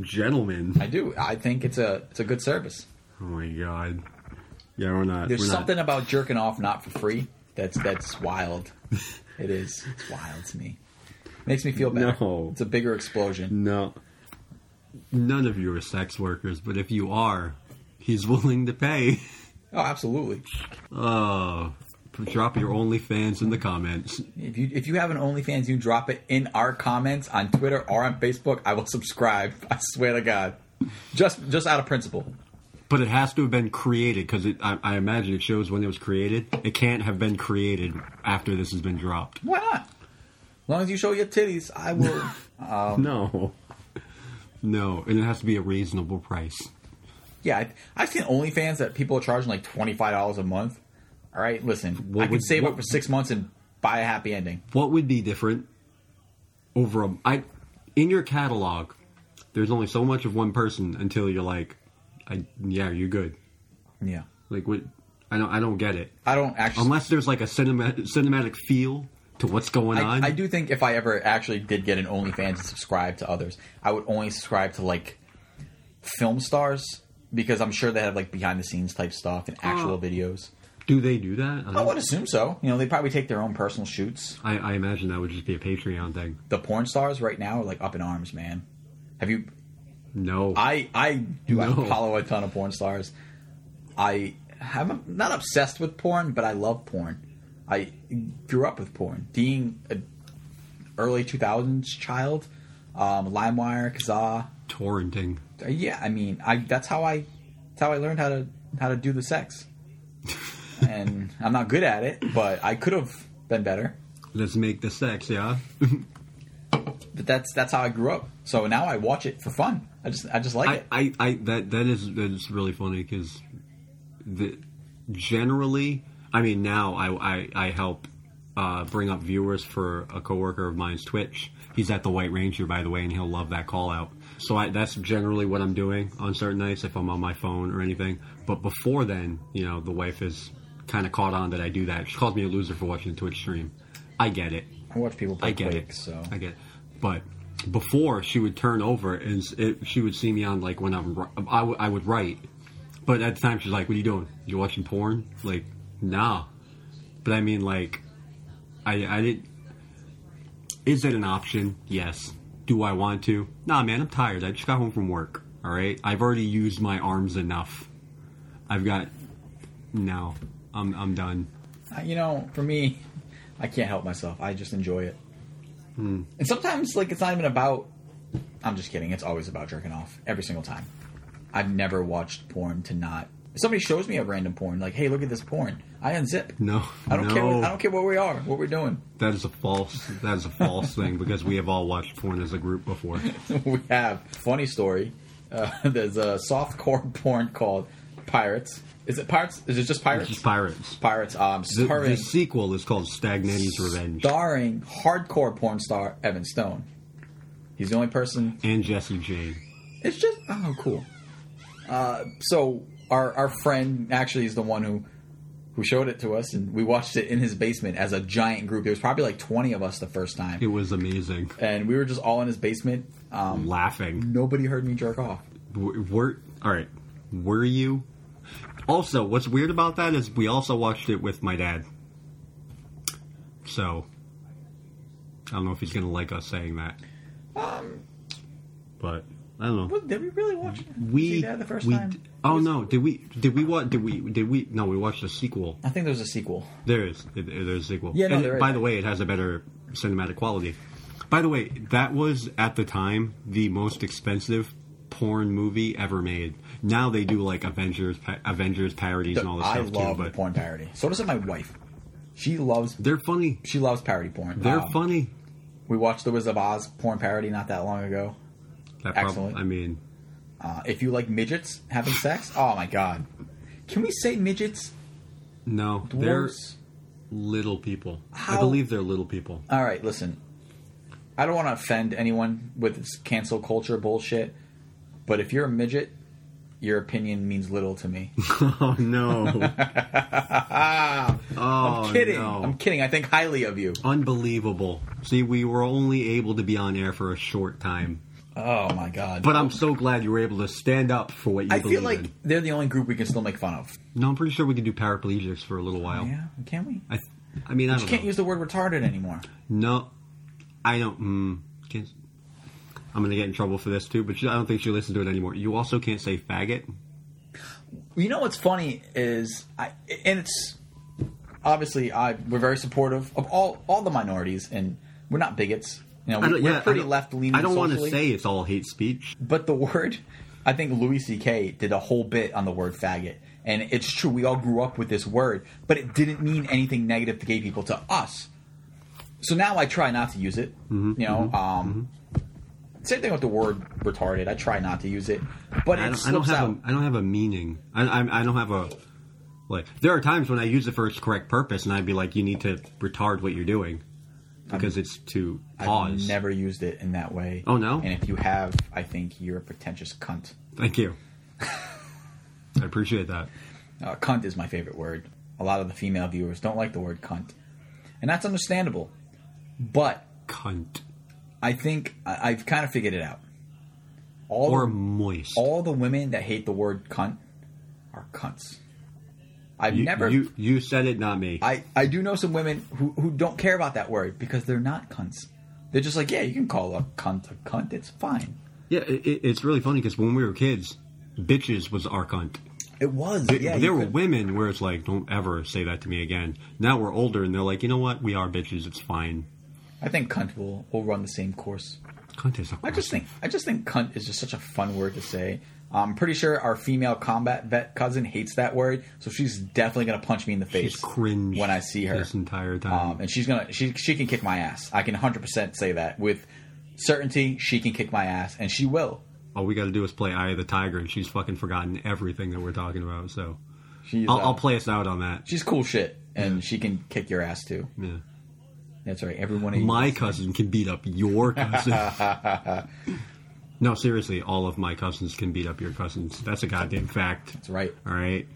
A: gentlemen.
B: I do. I think it's a it's a good service.
A: Oh my god. Yeah, we're not.
B: There's
A: we're
B: something
A: Not,
B: about jerking off not for free. That's that's wild. it is. It's wild to me. Makes me feel better.
A: No.
B: It's a bigger explosion.
A: no. None of you are sex workers, but if you are, he's <laughs> willing to pay.
B: Oh, absolutely.
A: Oh, drop your OnlyFans in the comments.
B: If you if you have an OnlyFans, you drop it in our comments on Twitter or on Facebook. I will subscribe. I swear to God. Just just out of principle.
A: But it has to have been created because I, I imagine it shows when it was created. It can't have been created after this has been dropped.
B: Why not? As long as you show your titties, I will.
A: no, no, and it has to be a reasonable price.
B: yeah, I, I've seen OnlyFans that people are charging like twenty five dollars a month. All right, listen,
A: What
B: I could
A: would-
B: save
A: what-
B: up for six months and buy a happy ending.
A: What would be different over a I in your catalog? There's only so much of one person until you're like, I yeah, you're good.
B: Yeah.
A: Like what? I don't I don't get it
B: I don't actually.
A: unless there's like a cinema, cinematic feel to what's going on.
B: I, I do think if I ever actually did get an OnlyFans and subscribe to others, I would only subscribe to like film stars because I'm sure they have like behind the scenes type stuff and actual
A: Oh.
B: videos.
A: Do they do that? I,
B: I
A: don't-
B: would assume so. You know, they probably take their own personal shoots.
A: I, I imagine that would just be a Patreon thing.
B: The porn stars right now are like up in arms, man. Have you?
A: No,
B: I I do
A: No.
B: I follow a ton of porn stars. I am not obsessed with porn, but I love porn. I grew up with porn. Being a early 2000s child, um, LimeWire, Kazaa,
A: torrenting.
B: Uh, yeah i mean i that's how i that's how i learned how to how to do
A: <laughs>
B: the sex and i'm not good at it but i could have been better
A: Let's make the sex, yeah.
B: but that's that's how i grew up so now i watch it for fun i just i just like
A: I,
B: it
A: I, I that that is that is really funny because the generally, I mean, now I I, I help uh, bring up viewers for a coworker of mine's Twitch. He's at the White Ranger, by the way, and he'll love that call out. So I, that's generally what I'm doing on certain nights if I'm on my phone or anything. But before then, you know, the wife is kind of caught on that I do that. She calls me a loser for watching a Twitch stream. I get it.
B: i watch people play
A: I get
B: Quake,
A: it.
B: so
A: I get it. But before she would turn over and s- it, she would see me on like when I'm ri- I, w- I would write, but at the time she's like, "What are you doing? You watching porn?" Like, nah. But I mean, like, I I did. Is it an option? Yes. Do I want to? Nah, man. I'm tired. I just got home from work. All right. I've already used my arms enough. I've got. No, I'm I'm done.
B: I- you know for me i can't help myself i just enjoy it and sometimes like it's not even about i'm just kidding it's always about jerking off every single time i've never watched porn to not If somebody shows me a random porn, like, hey, look at this porn, I unzip.
A: No,
B: I don't
A: no.
B: care. What, I don't care what we are, what we're doing. <laughs>
A: That is a false. That is a false thing because we have all watched porn as a group before.
B: we have funny story. Uh, <laughs> there's a softcore <laughs> porn called Pirates. Is it Pirates? Is it just Pirates?
A: It's just pirates.
B: Pirates. Um,
A: The,
B: starring
A: the sequel is called Stagnanny's Revenge
B: starring hardcore porn star Evan Stone. He's the only person.
A: and Jesse Jane.
B: It's just oh cool. Uh, so our our friend actually is the one who who showed it to us, and we watched it in his basement as a giant group. There was probably like twenty of us the first time,
A: It was amazing.
B: and we were just all in his basement. Um,
A: Laughing.
B: nobody heard me jerk off.
A: W- Were all right. Were you? Also, what's weird about that is we also watched it with my dad. So I don't know if he's gonna like us saying that,
B: Um,
A: but I don't know.
B: what- did we really watch it?
A: we
B: See that the first
A: we
B: time?
A: d- oh no did we did we watch did we did we no we watched the sequel
B: I think there was a sequel.
A: there is it- it- there's a sequel
B: Yeah, no,
A: And
B: there is.
A: by the way it has a better cinematic quality by the way that was at the time the most expensive porn movie ever made now they do like Avengers pa- Avengers parodies and all this
B: I
A: stuff
B: love
A: too but
B: porn parody. So does my wife. She loves
A: they're funny
B: she loves parody porn.
A: they're
B: Um,
A: funny
B: We watched The Wizard of Oz porn parody not that long ago.
A: that prob-
B: excellent.
A: I mean
B: Uh, if you like midgets having sex, oh my god, can we say midgets?
A: no they're
B: Dwarves?
A: little people I
B: How-
A: believe they're little people <laughs>
B: All right, listen. I don't want to offend anyone with this cancel culture bullshit, but if you're a midget, your opinion means little
A: <laughs>
B: to me.
A: oh
B: <laughs>
A: no oh
B: I'm kidding.
A: no.
B: I'm kidding. I think highly of you.
A: Unbelievable. See, we were only able to be on air for a short time.
B: Oh my god.
A: But I'm so glad you were able to stand up for what you
B: I
A: believe
B: feel like
A: in.
B: they're the only group we can still make fun of.
A: No, I'm pretty sure we could do paraplegics for a little while.
B: Yeah, can we?
A: I, I mean, I
B: You
A: don't
B: can't
A: know.
B: use the word retarded anymore.
A: no, I don't. Mm, can't, I'm going to get in trouble for this too, but she, I don't think she listens to it anymore. You also can't say faggot.
B: You know what's funny is I and it's obviously I we're very supportive of all all the minorities and we're not bigots. You know,
A: I
B: we,
A: don't,
B: we're
A: yeah,
B: pretty
A: I don't-
B: left leaning.
A: I don't
B: want to
A: say it's all hate speech.
B: but the word I think Louis C.K. did a whole bit on the word faggot, and it's true. We all grew up with this word, but it didn't mean anything negative to gay people to us. So now I try not to use it.
A: Mm-hmm,
B: you know, um, same thing with the word retarded. I try not to use it, but
A: I
B: it
A: don't, I don't
B: slips
A: have
B: out.
A: a, I don't have a meaning. I, I, I don't have a like. There are times when I use it for its correct purpose, and I'd be like, "You need to retard what you're doing," because it's to pause.
B: I've never used it in that way.
A: Oh, no?
B: And if you have, I think you're a pretentious cunt.
A: Thank
B: <laughs>
A: you. I appreciate that.
B: Uh, cunt is my favorite word. A lot of the female viewers don't like the word cunt, and that's understandable. But
A: Cunt
B: I think I, I've kind of figured it out. All
A: or
B: the,
A: moist.
B: all the women that hate the word cunt are cunts. I've
A: you,
B: never.
A: you you said it, not me.
B: I, I do know some women who, who don't care about that word because they're not cunts. They're just like, yeah, you can call a cunt a cunt. It's fine.
A: yeah, it, it- it's really funny because when we were kids, bitches was our cunt.
B: It was. yeah,
A: there
B: you
A: were
B: could-
A: women where it's like, "Don't ever say that to me again." Now we're older, and they're like, "You know what? We are bitches. It's fine."
B: I think cunt will, will run the same course.
A: Cunt is. a
B: I just
A: person.
B: think I just think cunt is just such a fun word to say. I'm pretty sure our female combat vet cousin hates that word, so she's definitely gonna punch me in the face
A: She's cringe
B: when I see her.
A: this entire time.
B: Um, and she's gonna she she can kick my ass. I can 100 percent say that with certainty. She can kick my ass, and she will.
A: All we got to do is play Eye of the Tiger, and she's fucking forgotten everything that we're talking about. So
B: She's
A: I'll,
B: uh,
A: I'll play us out on that.
B: she's cool shit, and she can kick your ass too.
A: Yeah.
B: That's right. Everyone. of you-
A: My cousin can beat up
B: <laughs>
A: your cousin. no, seriously, all of my cousins can beat up your cousins. That's a goddamn fact.
B: That's right.
A: All right.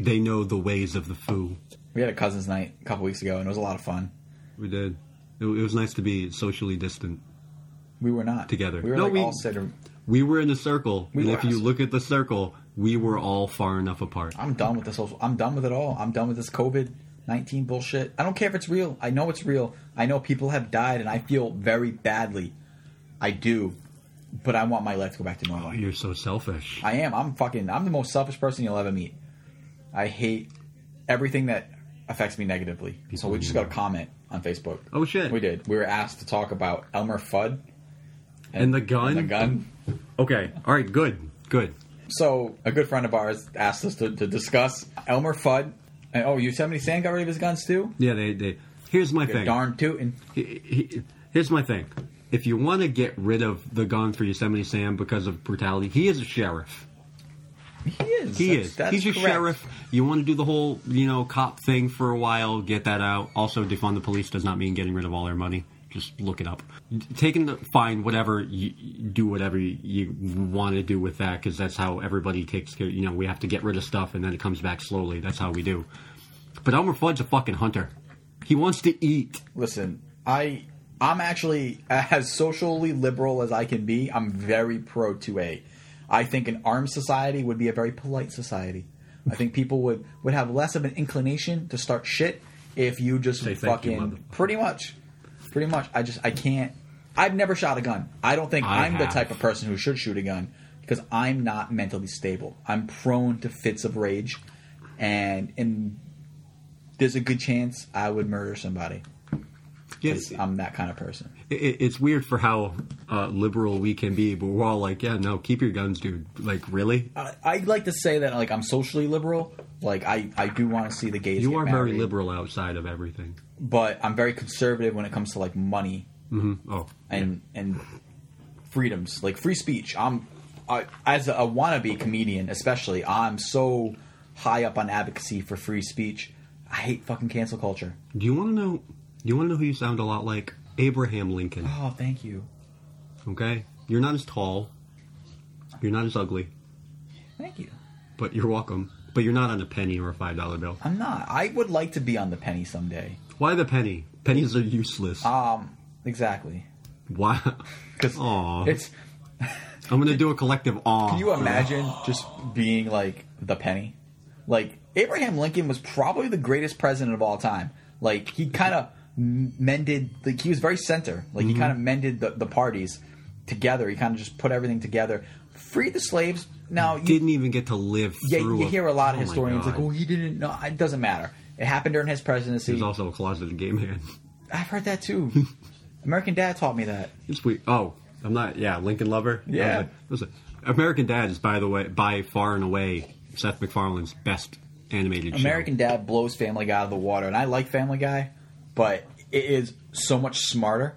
A: They know the ways of the foo.
B: We had a cousins night a couple weeks ago, and it was a lot of fun.
A: We did. It, it was nice to be socially distant.
B: We were not
A: Together.
B: We were
A: No,
B: like
A: we-
B: all sitting.
A: We were in a circle, and
B: were
A: if you
B: us.
A: look at the circle, we were all far enough apart.
B: I'm done with this. Social, I'm done with it all. I'm done with this COVID nineteen bullshit. I don't care if it's real. I know it's real. I know people have died, and I feel very badly. I do, but I want my life to go back to normal.
A: You're so selfish.
B: I am. I'm fucking. I'm the most selfish person you'll ever meet. I hate everything that affects me negatively. so we just got a comment on Facebook.
A: Oh, shit.
B: We did. We were asked to talk about Elmer Fudd
A: and the gun.
B: and the gun.
A: Okay. All right. Good. Good.
B: So a good friend of ours asked us to, to discuss Elmer Fudd. And, oh, Yosemite Sam got rid of his guns too.
A: Yeah, they. they here's my
B: You're
A: thing.
B: darn tootin'.
A: He- he- here's my thing. If you want to get rid of the gun for Yosemite Sam because of brutality, he is a sheriff.
B: He is.
A: He
B: That's-
A: is.
B: that's
A: He's your
B: correct.
A: sheriff. You want to do the whole, you know, cop thing for a while, get that out. Also, defund the police does not mean getting rid of all their money. Just look it up. Taking the fine, whatever, you, do whatever you, want to do with that because that's how everybody takes care. You know, we have to get rid of stuff and then it comes back slowly. That's how we do. But Elmer Fudd's a fucking hunter. He wants to eat.
B: Listen, I I'm actually as socially liberal as I can be. I'm very pro 2A. I think an armed society would be a very polite society. I think people would would have less of an inclination to start shit if you just
A: Say thank you,
B: fucking
A: mother-
B: pretty much pretty much I just I can't I've never shot a gun. I don't think
A: I
B: I'm the
A: have.
B: type of person who should shoot a gun because I'm not mentally stable. I'm prone to fits of rage and and there's a good chance I would murder somebody. 'cause I'm that kind of person.
A: it, it's weird for how uh, liberal we can be, but we're all like, yeah, no, keep your guns, dude. Like, really?
B: I, I'd like to say that like I'm socially liberal. Like I, I do want to see the gays.
A: You
B: get
A: are very
B: married,
A: liberal outside of everything.
B: but I'm very conservative when it comes to like money
A: Mm-hmm. Oh,
B: and and freedoms, like free speech. I'm I, as a, wannabe comedian, especially. I'm so high up on advocacy for free speech. I hate fucking cancel culture.
A: do you want to know? Do you want to know who you sound a lot like? Abraham Lincoln.
B: Oh, thank you,
A: Okay, you're not as tall. You're not as ugly,
B: thank you.
A: but you're welcome. But you're not on a penny or a five dollar bill.
B: I'm not. I would like to be on the penny someday.
A: Why the penny? Pennies are useless.
B: Um, exactly.
A: Why? <laughs>
B: Because
A: Aw.
B: it's
A: I'm gonna do a collective awe.
B: Can you imagine just being like the penny? Like Abraham Lincoln was probably the greatest president of all time. Like he kind of mended, like he was very center. Like
A: Mm-hmm.
B: he kind of mended the, the parties together. He kind of just put everything together, freed the slaves. Now you,
A: Didn't even get to live
B: yeah,
A: through.
B: you hear a lot of
A: oh my
B: historians like,
A: God.
B: "Oh, he didn't." know. it doesn't matter. It happened during his presidency.
A: He's also a closeted gay man. <laughs>
B: I've heard that too. American Dad taught me that.
A: It's weird. Oh, I'm not. Yeah, Lincoln Lover. I was
B: Yeah.
A: like- I was like- American Dad is by the way, by far and away, Seth MacFarlane's best animated
B: American Dad blows Family Guy out of the water, and I like Family Guy, but it is so much smarter.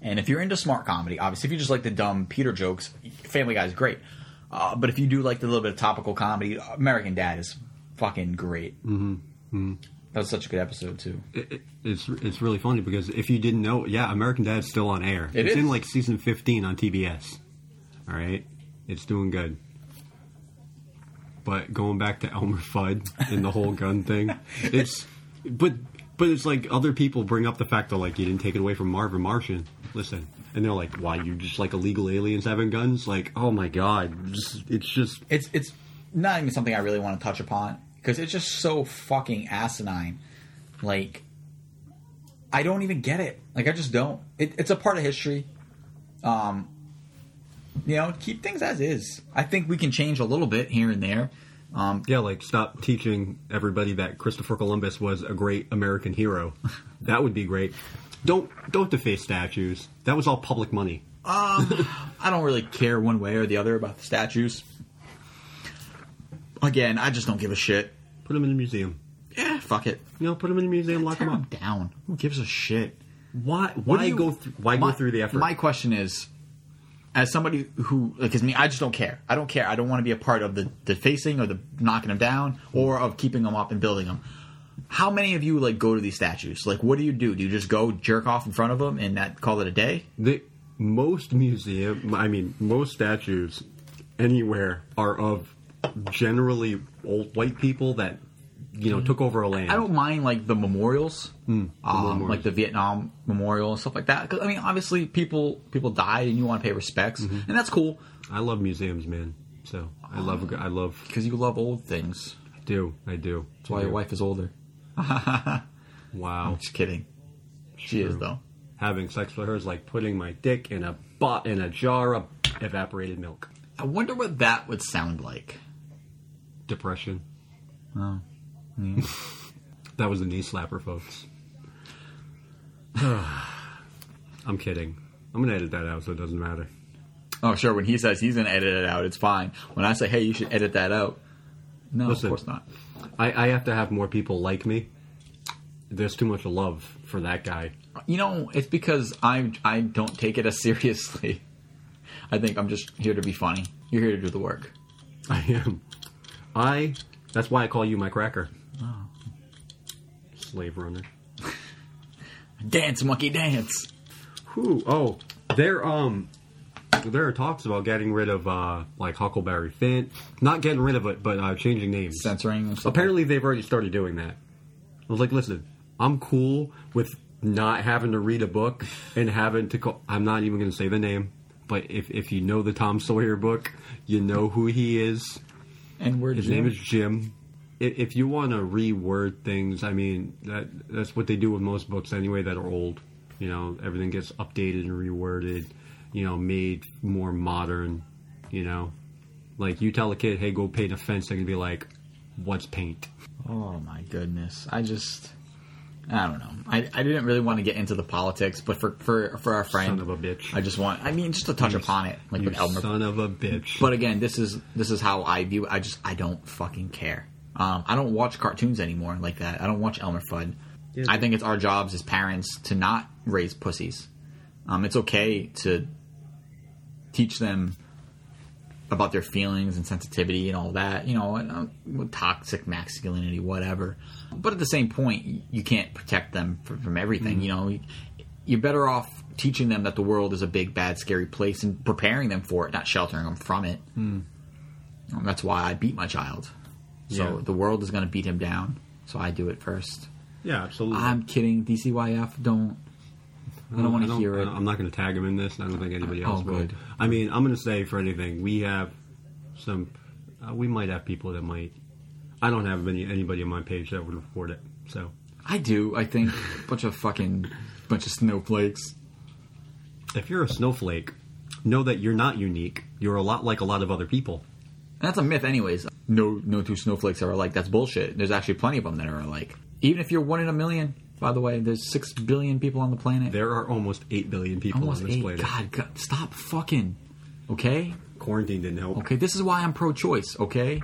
B: And if you're into smart comedy, obviously, if you just like the dumb Peter jokes, Family Guy is great. Uh, but if you do like the little bit of topical comedy, American Dad is fucking great. Mm-hmm. That was such a good episode too.
A: show. It- it- it's it's really funny because if you didn't know, yeah, American Dad's still on air.
B: It
A: it's
B: is.
A: in like season 15 on TBS. All right, it's doing good. But going back to Elmer Fudd and the whole gun
B: <laughs>
A: thing, it's but but it's like other people bring up the fact that like you didn't take it away from Marvin Martian. Listen, and they're like, "Why you just like illegal aliens having guns?" Like, oh my god, just- it's just
B: It's it's not even something I really want to touch upon because it's just so fucking asinine. Like, I don't even get it. Like, I just don't. It, it's a part of history. Um, you know, keep things as is. I think we can change a little bit here and there. Um,
A: yeah, like stop teaching everybody that Christopher Columbus was a great American <laughs> hero. that would be great. Don't don't deface statues. That was all public money.
B: I don't really care one way or the other about the statues. Again, I just don't give a shit.
A: Put them in a museum.
B: Eh, fuck it.
A: You know, put them in a museum. Lock
B: Tear
A: them up.
B: them down. Who gives a shit?
A: Why?
B: What
A: Why
B: do you-
A: go? Th- why
B: my-
A: go through the effort?
B: My question is, as somebody who, like, as me, I just don't care. I don't care. I don't want to be a part of the defacing or the knocking them down or of keeping them up and building them. How many of you like go to these statues? Like, what do you do? Do you just go jerk off in front of them and that call it a day?
A: the, most museum, I mean, most statues anywhere are of generally old white people that you know took over a land.
B: I don't mind like the memorials, um,
A: memorials.
B: like the Vietnam memorial and stuff like that. Because I mean, obviously, people people died and you want to pay respects, and that's cool
A: I love museums, man. So I love. a good- I love.
B: because you love old things.
A: I do. I do.
B: That's why your wife is older.
A: Wow.
B: Just kidding. She is though.
A: Having sex with her is like putting my dick in a butt in a jar of evaporated milk.
B: I wonder what that would sound like.
A: Depression. <laughs> that was a knee slapper, folks. <sighs> I'm kidding. I'm gonna edit that out so it doesn't matter.
B: Oh, sure. When he says he's going to edit it out, it's fine. When I say, hey, you should edit that out, no,
A: Listen.
B: of course not.
A: I, I have to have more people like me. There's too much love for that guy. <laughs>
B: You know, it's because I I don't take it as <laughs> seriously. I think I'm just here to be funny. You're here to do the work.
A: I am. I. That's why I call you my cracker. Slave runner.
B: Dance, monkey, dance.
A: Who? Oh, there. Um, there are talks about getting rid of uh, like Huckleberry Finn. Not getting rid of it, but uh, changing names.
B: Censoring. and stuff.
A: Apparently, they've already started doing that. I was like, listen, I'm cool with not having to read a book and having to call. I'm not even going to say the name, but if, if you know the Tom Sawyer book, you know who he is.
B: And where
A: His
B: you?
A: name is Jim. I- If you want to reword things, I mean that that's what they do with most books anyway that are old. You know, everything gets updated and reworded. You know, made more modern. You know, like you tell a kid, "Hey, go paint a fence," they can be like, "What's paint?"
B: Oh my goodness! I just, I don't know. I, I didn't really want to get into the politics, but for for for our friend,
A: Son of a bitch.
B: I just want. I mean, just to touch upon it, like
A: You
B: with Elmer.
A: son of a bitch.
B: But again, this is this is how I view. it. I just I don't fucking care. Um, I don't watch cartoons anymore like that. I don't watch Elmer Fudd. I think it's our jobs as parents to not raise pussies. Um, it's okay to teach them about their feelings and sensitivity and all that, you know, and, uh, toxic masculinity, whatever. But at the same point, y- you can't protect them from, from everything. You know, you're better off teaching them that the world is a big, bad, scary place and preparing them for it, not sheltering them from it. Um, that's why I beat my child. So
A: Yeah.
B: the world is going to beat him down. So I do it first.
A: yeah, absolutely.
B: I'm kidding. DCYF, don't. I don't want to hear
A: I
B: it.
A: don't- I'm not going to tag him in this. and I don't think anybody
B: Oh,
A: else will.
B: good.
A: I mean, I'm going to say for anything, we have some. Uh, we might have people that might. I don't have any, anybody on my page that would report it. So
B: I do.
A: <laughs>
B: I think bunch of fucking bunch of snowflakes.
A: if you're a snowflake, know that you're not unique. You're a lot like a lot of other people.
B: And that's a myth, anyways. No, no two snowflakes are alike. That's bullshit. There's actually plenty of them that are alike. Even if you're one in a million, by the way, there's six billion people on the planet.
A: There are almost eight billion people
B: Almost
A: on this
B: eight.
A: planet.
B: God, God, stop fucking. Okay,
A: Quarantine didn't help.
B: okay. This is why I'm pro-choice. Okay,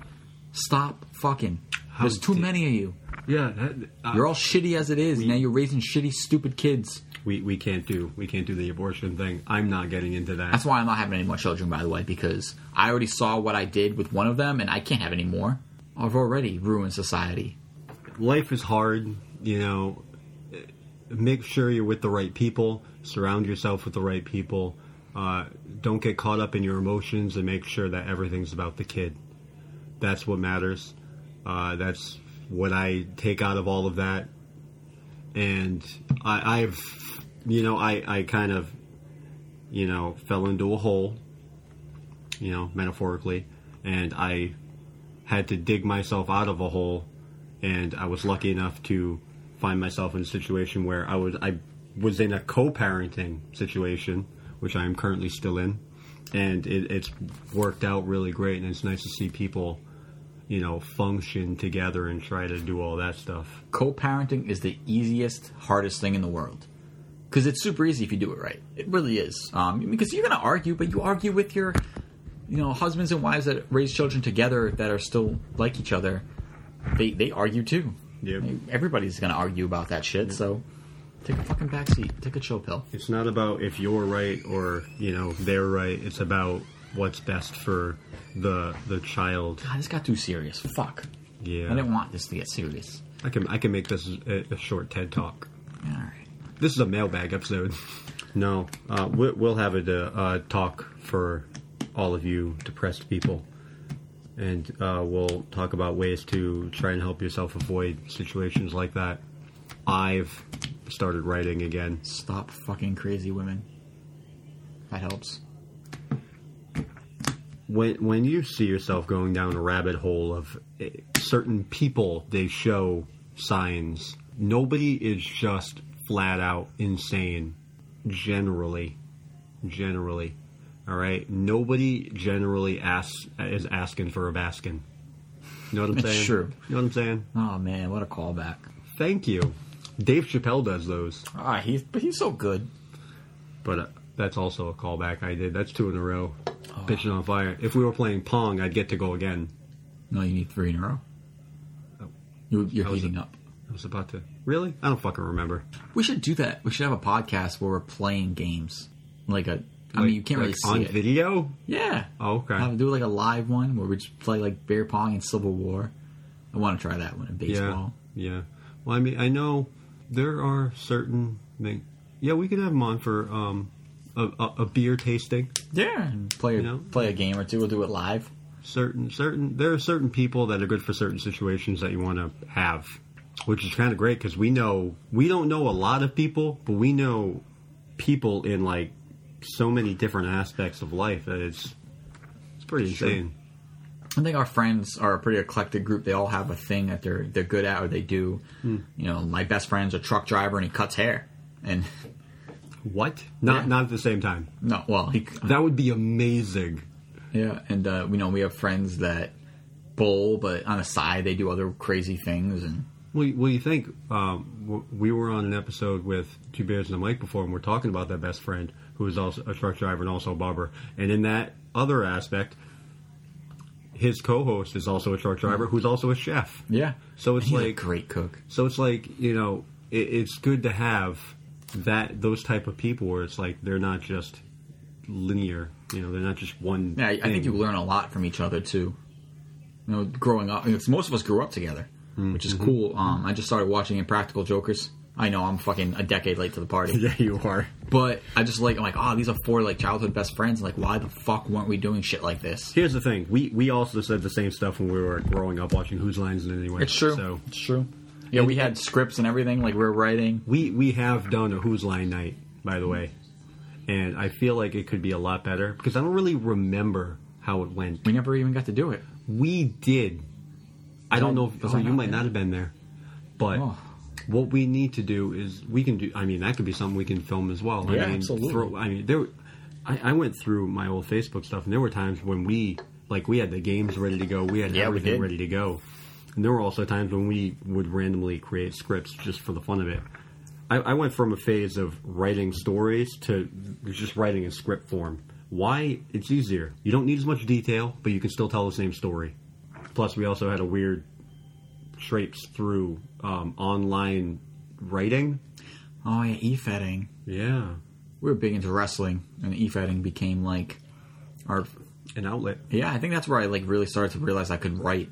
B: stop fucking. there's too
A: dare-
B: many of you.
A: Yeah, that, uh,
B: You're all shitty as it is. now you're raising shitty, stupid kids.
A: we we can't do we can't do the abortion thing. I'm not getting into that.
B: That's why I'm not having any more children, by the way, because I already saw what I did with one of them, and I can't have any more. I've already ruined society.
A: life is hard, you know. Make sure you're with the right people. Surround yourself with the right people. Uh, don't get caught up in your emotions, and make sure that everything's about the kid. That's what matters. Uh, that's what I take out of all of that. And I, I've, you know, I, I kind of, you know, fell into a hole, you know, metaphorically, and I had to dig myself out of a hole and I was lucky enough to find myself in a situation where I was I was in a co-parenting situation, which I am currently still in, and it, it's worked out really great. And it's nice to see people, you know, function together and try to do all that stuff.
B: co-parenting is the easiest, hardest thing in the world. Because it's super easy if you do it right. It really is. Um, because you're going to argue, but you argue with your, you know, husbands and wives that raise children together that are still like each other. They they argue too.
A: Yep.
B: Everybody's going to argue about that shit. So take a fucking backseat. Take a chill pill.
A: It's not about if you're right or you know they're right. It's about what's best for the the child.
B: God, this got too serious. Fuck. I
A: Yeah,
B: didn't want this to get serious.
A: I can I can make this a, a short TED talk.
B: All right.
A: This is a mailbag episode. <laughs> No, uh, we- we'll have a uh, talk for all of you depressed people, and uh, we'll talk about ways to try and help yourself avoid situations like that. I've started writing again.
B: Stop fucking crazy women. That helps.
A: When when you see yourself going down a rabbit hole of eh, certain people, they show signs. Nobody is just flat out insane. Generally, generally. All right. Nobody generally asks is asking for a baskin. You know what I'm
B: It's
A: saying?
B: true.
A: You know what I'm saying?
B: Oh man, what a callback.
A: Thank you. Dave Chappelle does those,
B: Ah, he's but he's so good.
A: but uh, That's also a callback I did. That's two in a row. Pitching on fire. If we were playing Pong, I'd get to go again.
B: No, you need three in a row.
A: Oh.
B: You, you're
A: That was
B: heating
A: a-
B: up.
A: I was about to. Really? I don't fucking remember.
B: We should do that. We should have a podcast where we're playing games. Like a, I mean, you can't
A: Like,
B: really see
A: on
B: it. Um,
A: video.
B: Yeah.
A: Oh, okay.
B: Have do like a live one where we just play like beer pong and Civil War. I want to try that one in baseball.
A: Yeah, yeah. Well, I mean, I know there are certain things. Yeah, we could have them on for um, a, a, a beer tasting.
B: Yeah. And play a,
A: You know?
B: play a game or two. We'll do it live.
A: Certain, certain. There are certain people that are good for certain situations that you want to have, which is kind of great because we know we don't know a lot of people, but we know people in like so many different aspects of life that it's it's pretty
B: Sure.
A: insane.
B: I think our friends are a pretty eclectic group. They all have a thing that they're they're good at or they do.
A: Hmm.
B: You know, my best friend's a truck driver and he cuts hair. And <laughs>
A: What? Not
B: Yeah.
A: not at the same time.
B: no, well, he
A: That would be amazing.
B: yeah, and uh, you know we have friends that bowl, but on the side they do other crazy things. And
A: Well, well, you think um, w- we were on an episode with Two Bears and a Mic before, and we're talking about that best friend who is also a truck driver and also a barber. And in that other aspect, his co-host is also a truck driver who's also a chef.
B: yeah,
A: So it's
B: he's a
A: like-
B: great cook.
A: So it's like you know, it, it's good to have that those type of people where it's like they're not just linear. You know, they're not just one.
B: Yeah, I, I
A: thing. <laughs>
B: think you learn a lot from each other too. You know, growing up, it's, most of us grew up together,
A: Hmm,
B: which
A: mm-hmm.
B: is cool. Um, I just started watching Impractical Jokers. I know I'm fucking a decade late to the party.
A: <laughs> Yeah, you are.
B: But I just like I'm like, oh, these are four like childhood best friends. Like, why the fuck weren't we doing shit like this?
A: Here's the thing: we we also said the same stuff when we were growing up watching Whose Lines Is It Anyway.
B: It's true.
A: So
B: It's true. Yeah, we had scripts and everything. Like we were writing.
A: We we have done a Who's Line night, by the way, and I feel like it could be a lot better because I don't really remember how it went.
B: We never even got to do it.
A: We did. I don't know. If,
B: Was
A: oh,
B: I
A: you
B: not
A: might
B: there?
A: not have been there, but
B: Oh.
A: what we need to do is we can do. I mean, that could be something we can film as well.
B: Yeah,
A: I mean,
B: absolutely.
A: Throw, I mean, there. I, I went through my old Facebook stuff, and there were times when we like we had the games ready to go, we had
B: Yeah, we
A: everything
B: did.
A: ready to go, and there were also times when we would randomly create scripts just for the fun of it. I, I went from a phase of writing stories to just writing in script form. Why? It's easier. You don't need as much detail, but you can still tell the same story. Plus, we also had a weird traipse through um, online writing.
B: Oh yeah, e-fetting.
A: Yeah,
B: We were big into wrestling, and e-fetting became like our.
A: an outlet.
B: Yeah, I think that's where I like really started to realize I could write.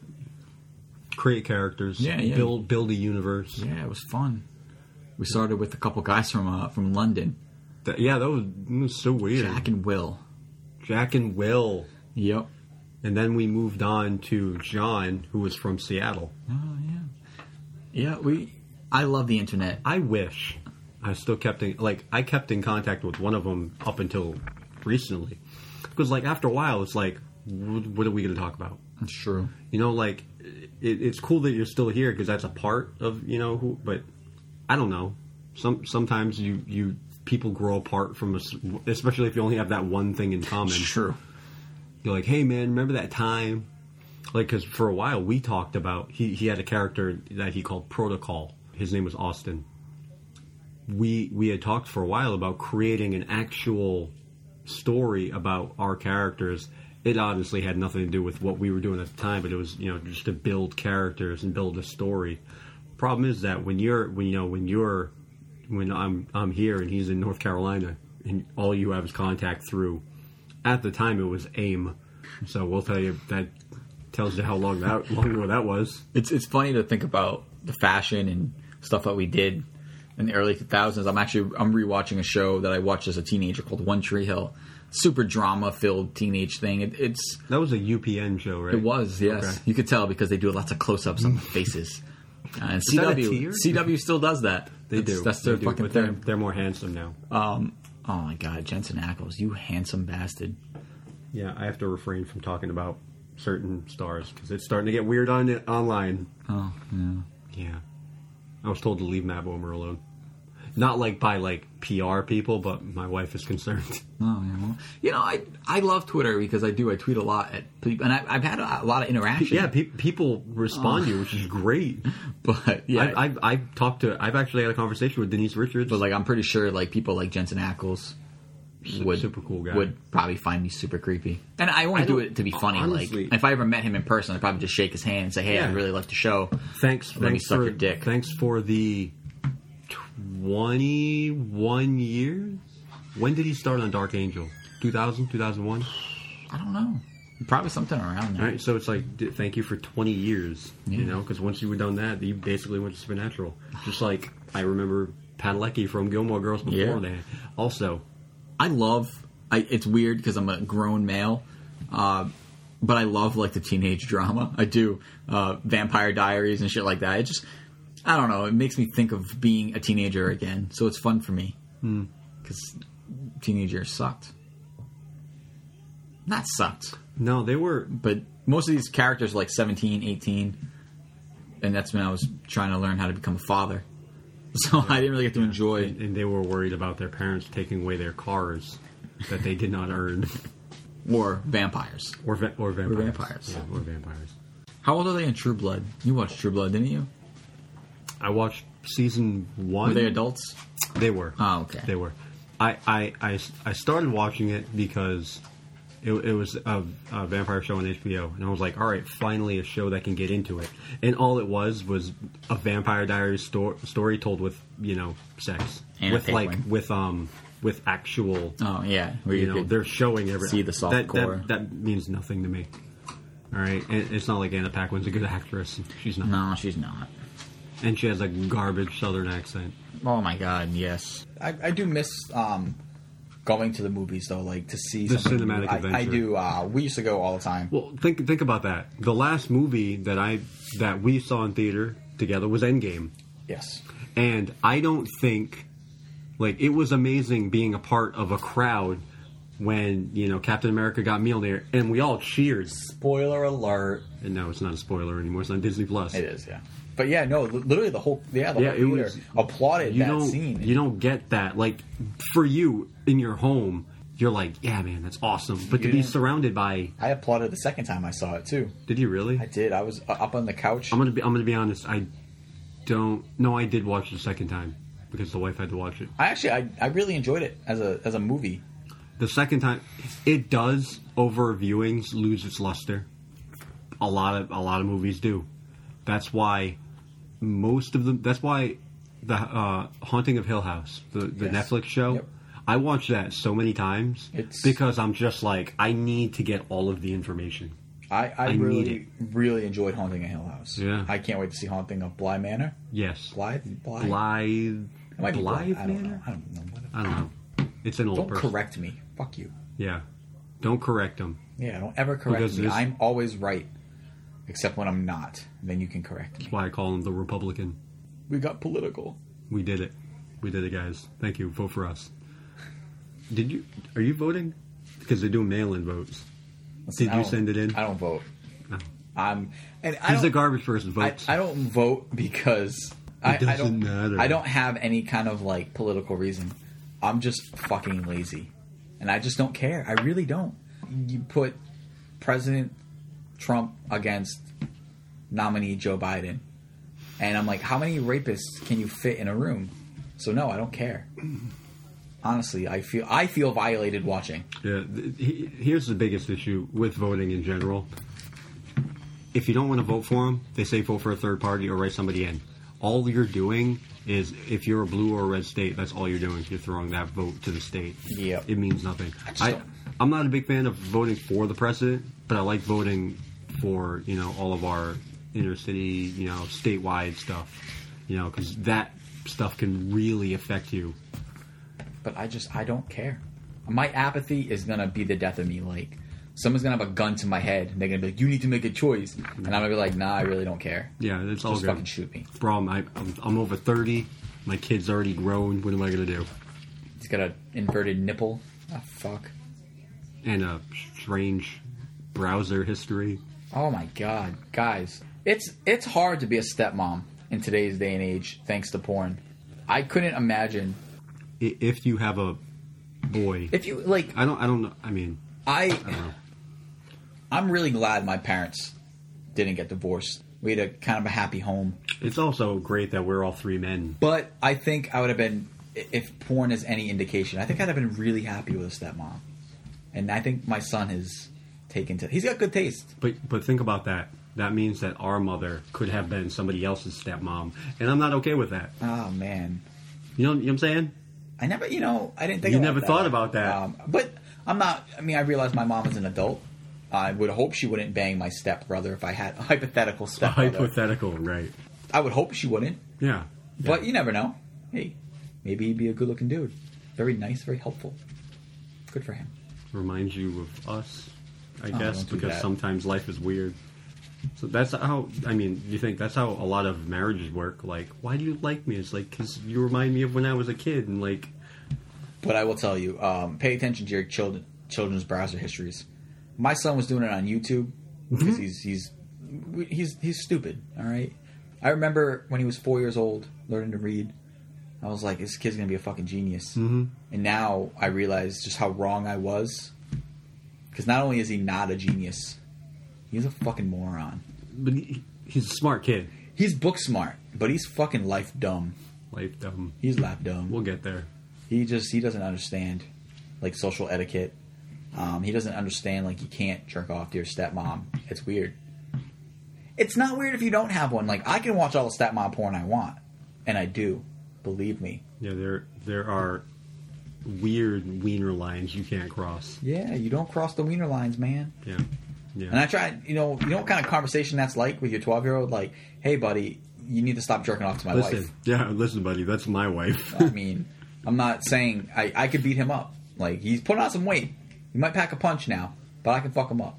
A: Create characters.
B: Yeah, yeah.
A: Build build a universe.
B: Yeah, it was fun. We started with a couple guys from uh, from London,
A: That- yeah, that was, that was so weird.
B: Jack and Will.
A: Jack and Will,
B: Yep.
A: and then we moved on to John, who was from Seattle.
B: Oh yeah. Yeah, we. I love the internet.
A: I wish I still kept in like I kept in contact with one of them up until recently, because like after a while, it's like, wh- what are we going to talk about?
B: It's true.
A: you know like it, it's cool that you're still here because that's a part of you know who but i don't know some sometimes you you people grow apart from us especially if you only have that one thing in common
B: It's true.
A: you're like hey man remember that time like because for a while we talked about he, he had a character that he called protocol his name was austin we we had talked for a while about creating an actual story about our characters. It honestly had nothing to do with what we were doing at the time, but it was you know just to build characters and build a story. Problem is that when you're when you know when you're when I'm I'm here and he's in North Carolina and all you have is contact through. At the time, it was AIM, so we'll tell you that tells you how long that long ago that was.
B: It's it's funny to think about the fashion and stuff that we did in the early 2000s. I'm actually I'm rewatching a show that I watched as a teenager called One Tree Hill. Super drama filled teenage thing. It, it's
A: That was a UPN show, right?
B: it was yes.
A: Okay.
B: You could tell because they do lots of close ups on the
A: <laughs>
B: faces. Uh, and
A: that a
B: CW
A: tier?
B: CW still does that.
A: They
B: That's-
A: do.
B: That's their
A: They do,
B: fucking
A: but they're,
B: thing.
A: They're more handsome now.
B: Um, oh my god, Jensen Ackles, you handsome bastard.
A: Yeah, I have to refrain from talking about certain stars because it's starting to get weird on online.
B: Oh yeah.
A: Yeah, I was told to leave Matt Bomer alone. Not like by like PR people, but my wife is concerned. <laughs>
B: Oh, yeah. Well, you know, I I love Twitter because I do. I tweet a lot at people, and I, I've had a, a lot of interaction.
A: yeah, pe- people respond to you, which is great.
B: but Oh. yeah,
A: I've, I've I've talked to I've actually had a conversation with Denise Richards.
B: But like, I'm pretty sure like people like Jensen Ackles,
A: su-
B: would
A: super cool guy.
B: would probably find me super creepy. And I want
A: I
B: to do
A: don't-
B: it to be funny.
A: honestly-
B: like if I ever met him in person, I'd probably just shake his hand and say, "Hey, I
A: Yeah.
B: really like the show."
A: Thanks,
B: Let me
A: thanks
B: suck
A: for
B: your dick.
A: Thanks for the twenty-one years. When did he start on Dark Angel? 2000, 2001?
B: I don't know. Probably something around there.
A: All right, so it's like, d- thank you for 20 years, you know, because once you were done that, you basically went to Supernatural. Just like I remember Padalecki from Gilmore Girls before
B: Yeah.
A: that. Also,
B: I love. I, it's weird because I'm a grown male, uh, but I love like the teenage drama. I do uh, Vampire Diaries and shit like that. It just, I don't know. It makes me think of being a teenager again. So it's fun for me because teenagers sucked. Not sucked,
A: no, they were,
B: but most of these characters are like 17, 18, and that's when I was trying to learn how to become a father. <laughs> So I didn't really get to enjoy.
A: and they were worried about their parents taking away their cars that they did not
B: <laughs>
A: earn,
B: Or vampires.
A: or, va- or vampires.
B: vampires.
A: Yeah, or vampires.
B: How old are they in True Blood? You watched True Blood, didn't you?
A: I watched season one.
B: Are they adults?
A: They were.
B: Oh, okay.
A: They were. I, I, I, I started watching it because it, it was a, a vampire show on HBO, and I was like, all right, finally a show that can get into it. And all it was was a vampire diary sto- story told with you know sex,
B: And a
A: with like
B: penguin.
A: with um with actual.
B: Oh yeah, where
A: You
B: you,
A: know,
B: could-
A: they're showing every
B: see the soft
A: that, that-
B: core.
A: That, means nothing to me. All right, and it's not like Anna Paquin's a good actress. She's not,
B: no, she's not.
A: and she has a garbage Southern accent.
B: Oh my god, yes. I, I do miss um, going to the movies though, like to see
A: The
B: something new.
A: cinematic
B: I, I
A: adventure.
B: do. Uh, we used to go all the time.
A: Well, think think about that. The last movie that I that we saw in theater together was Endgame,
B: Yes.
A: and I don't think like it was amazing being a part of a crowd when you know Captain America got Mjolnir and we all cheered.
B: Spoiler alert.
A: And no, it's not a spoiler anymore. It's on Disney Plus.
B: It is, yeah. But yeah, no, li- literally the whole yeah, the
A: Yeah,
B: whole
A: it
B: theater
A: was-
B: applauded
A: You
B: that
A: don't
B: scene.
A: you don't get that like for you in your home. You're like, yeah, man, that's awesome. But to
B: You
A: be
B: didn't-
A: surrounded by,
B: I applauded the second time I saw it too.
A: did you really?
B: I did. I was uh, up on the couch.
A: I'm gonna be. I'm gonna be honest. I don't. No, I did watch it the second time because the wife had to watch it.
B: I actually I, I really enjoyed it as a as a movie.
A: The second time, it does over viewings lose its luster. A lot of a lot of movies do. That's why most of them. That's why the uh, Haunting of Hill House, the the
B: Yes.
A: Netflix show.
B: Yep.
A: I watched that so many times
B: It's-
A: because I'm just like I need to get all of the information.
B: I, I,
A: I need
B: really, really enjoyed Haunting a Hill House.
A: Yeah.
B: I can't wait to see Haunting of Bly Manor.
A: Yes,
B: Blythe? Blythe?
A: Blythe.
B: It might be Blythe.
A: Blythe
B: I don't know.
A: Manor? Oh,
B: I don't know. What
A: I don't know. It's an old
B: don't
A: person.
B: correct me. Fuck you.
A: Yeah. Don't correct them.
B: Yeah, don't ever correct
A: Because
B: me.
A: this-
B: I'm always right, except when I'm not. Then you can correct me.
A: That's why I call him the Republican.
B: We got political.
A: We did it. We did it, guys. Thank you. Vote for us. Did you? Are you voting? Because they do mail-in votes.
B: Listen,
A: Did
B: I
A: you
B: don't-
A: send it in? Oh.
B: I don't vote.
A: No.
B: I'm. And I
A: He's a
B: don't,
A: garbage person.
B: I,
A: Votes.
B: I don't vote because I, I
A: doesn't
B: don't.
A: matter.
B: I don't have any kind of like political reason. I'm just fucking lazy, and I just don't care. I really don't. You put President Trump against nominee Joe Biden, and I'm like, how many rapists can you fit in a room? So no, I don't care. Honestly, I feel I feel violated watching.
A: yeah. th- he- here's the biggest issue with voting in general. If you don't want to vote for them, they say vote for a third party or write somebody in. All you're doing is, if you're a blue or a red state, that's all you're doing. You're throwing that vote to the state.
B: Yep.
A: It means nothing.
B: just
A: I,
B: don't-
A: I'm not a big fan of voting for the president, but I like voting for you know all of our inner city, you know, statewide stuff, you know, because that stuff can really affect you.
B: but I just I don't care. My apathy is gonna be the death of me. Like someone's gonna have a gun to my head and they're gonna be like, "You need to make a choice," and I'm gonna be like, "Nah, I really don't care."
A: Yeah, it's all
B: just
A: good.
B: fucking shoot me.
A: Problem, I, I'm, I'm over thirty. My kid's already grown. What am I gonna do?
B: He's got an inverted nipple. Ah, fuck.
A: And a strange browser history.
B: Oh my god, guys, it's it's hard to be a stepmom in today's day and age, thanks to porn. I couldn't imagine
A: I- If you have a boy,
B: if you like.
A: I don't. I don't know. I mean,
B: I
A: know.
B: I'm really glad my parents didn't get divorced. We had a kind of a happy home.
A: it's also great that we're all three men.
B: But I think I would have been if porn is any indication, I think I'd have been really happy with a stepmom. And I think my son has taken to. He's got good taste.
A: But but think about that. That means that our mother could have been somebody else's stepmom, and I'm not okay with that.
B: Oh man,
A: You know, you know what I'm saying?
B: I never, you know, I didn't think
A: You
B: about
A: never
B: that.
A: thought about that.
B: Um, but I'm not. I mean, I realize my mom is an adult. I would hope she wouldn't bang my stepbrother if I had a <laughs> hypothetical
A: A
B: stepbrother.
A: hypothetical, right?
B: I would hope she wouldn't,
A: Yeah. Yeah.
B: but you never know. Hey, maybe he'd be a good-looking dude, very nice, very helpful. Good for him.
A: reminds you of us, I
B: Oh,
A: guess,
B: don't do
A: because
B: that.
A: sometimes life is weird. So that's how I mean. You think that's how a lot of marriages work? Like, why do you like me? It's like because you remind me of when I was a kid, and like,
B: But I will tell you, um, pay attention to your children children's browser histories. My son was doing it on YouTube because he's he's he's he's stupid. All right. I remember when he was four years old, learning to read. I was like, this kid's gonna be a fucking genius. Mm-hmm. And now I realize just how wrong I was. Because not only is he not a genius, he's a fucking moron.
A: but he, he's a smart kid.
B: He's book smart, but he's fucking life dumb.
A: Like, um,
B: He's lap dumb.
A: we'll get there.
B: he just he doesn't understand like social etiquette. Um, he doesn't understand like you can't jerk off to your stepmom. It's weird. It's not weird if you don't have one. Like I can watch all the stepmom porn I want, and I do. Believe me.
A: Yeah, there there are weird wiener lines you can't cross.
B: Yeah, you don't cross the wiener lines, man.
A: Yeah, yeah.
B: And I tried, you know, you know what kind of conversation that's like with your twelve year old. Like, hey, buddy, you need to stop jerking off to my
A: listen,
B: wife.
A: yeah, listen, buddy, that's my wife. <laughs>
B: I mean, I'm not saying I, I could beat him up. Like he's putting on some weight. He might pack a punch now, but I can fuck him up.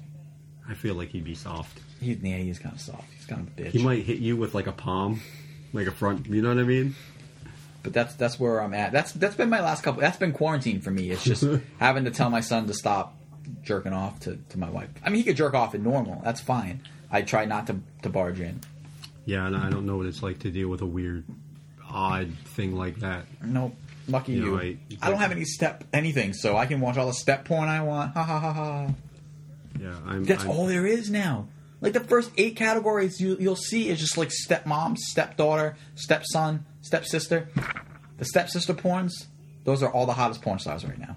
A: I feel like he'd be soft.
B: He's yeah, he is kind of soft. He's kind of a bitch.
A: He might hit you with like a palm, like a front. You know what I mean?
B: but that's that's where I'm at. That's that's been my last couple. That's been quarantine for me.
A: <laughs>
B: It's just having to tell my son to stop jerking off to, to my wife. I mean, he could jerk off in normal. That's fine. I try not to to barge in.
A: Yeah, and I don't know what it's like to deal with a weird, odd thing like that.
B: Nope. Lucky
A: You
B: you.
A: know, I-
B: I don't have any step anything, so I can watch all the step porn I want. Ha ha ha ha.
A: Yeah, I'm.
B: That's
A: I'm-
B: all there is now. Like the first eight categories you, you'll see is just like stepmom, stepdaughter, stepson, stepsister. The stepsister porns, those are all the hottest porn stars right now.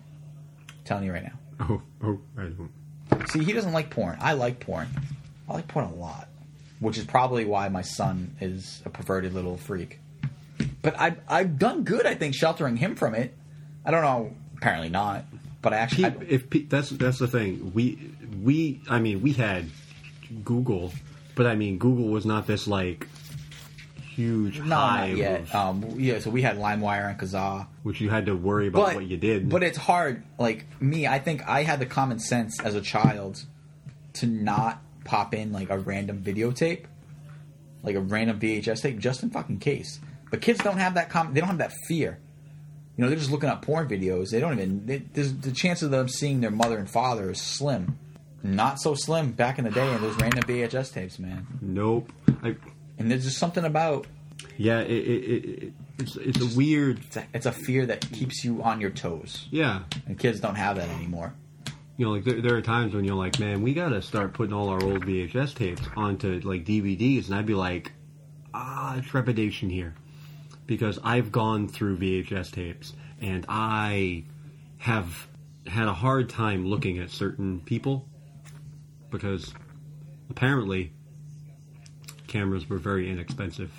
B: telling you right now.
A: Oh, oh, I don't.
B: See, he doesn't like porn. I like porn. I like porn a lot, which is probably why my son is a perverted little freak. But I've, I've done good, I think, sheltering him from it. I don't know. Apparently not. But I actually.
A: Pe- if pe- that's that's the thing. We we I mean we had Google, but I mean Google was not this like huge
B: no, not
A: hive,
B: yet.
A: of-
B: Um, yeah, so we had LimeWire and Kazaa.
A: which you had to worry about what you did.
B: But it's hard. Like me, I think I had the common sense as a child to not pop in like a random videotape, like a random VHS tape, just in fucking case. But kids don't have that common. They don't have that fear. You know, they're just looking up porn videos. They don't even. They, there's, the chance of them seeing their mother and father is slim. Not so slim back in the day in those random VHS tapes, man.
A: nope. I,
B: And there's just something about
A: yeah, it, it, it, it it's it's a weird.
B: it's a, it's a fear that keeps you on your toes.
A: Yeah,
B: And kids don't have that anymore.
A: you know, like there, there are times when you're like, man, we gotta start putting all our old VHS tapes onto like DVDs, and I'd be like, ah, trepidation here, because I've gone through VHS tapes and I have had a hard time looking at certain people because apparently cameras were very inexpensive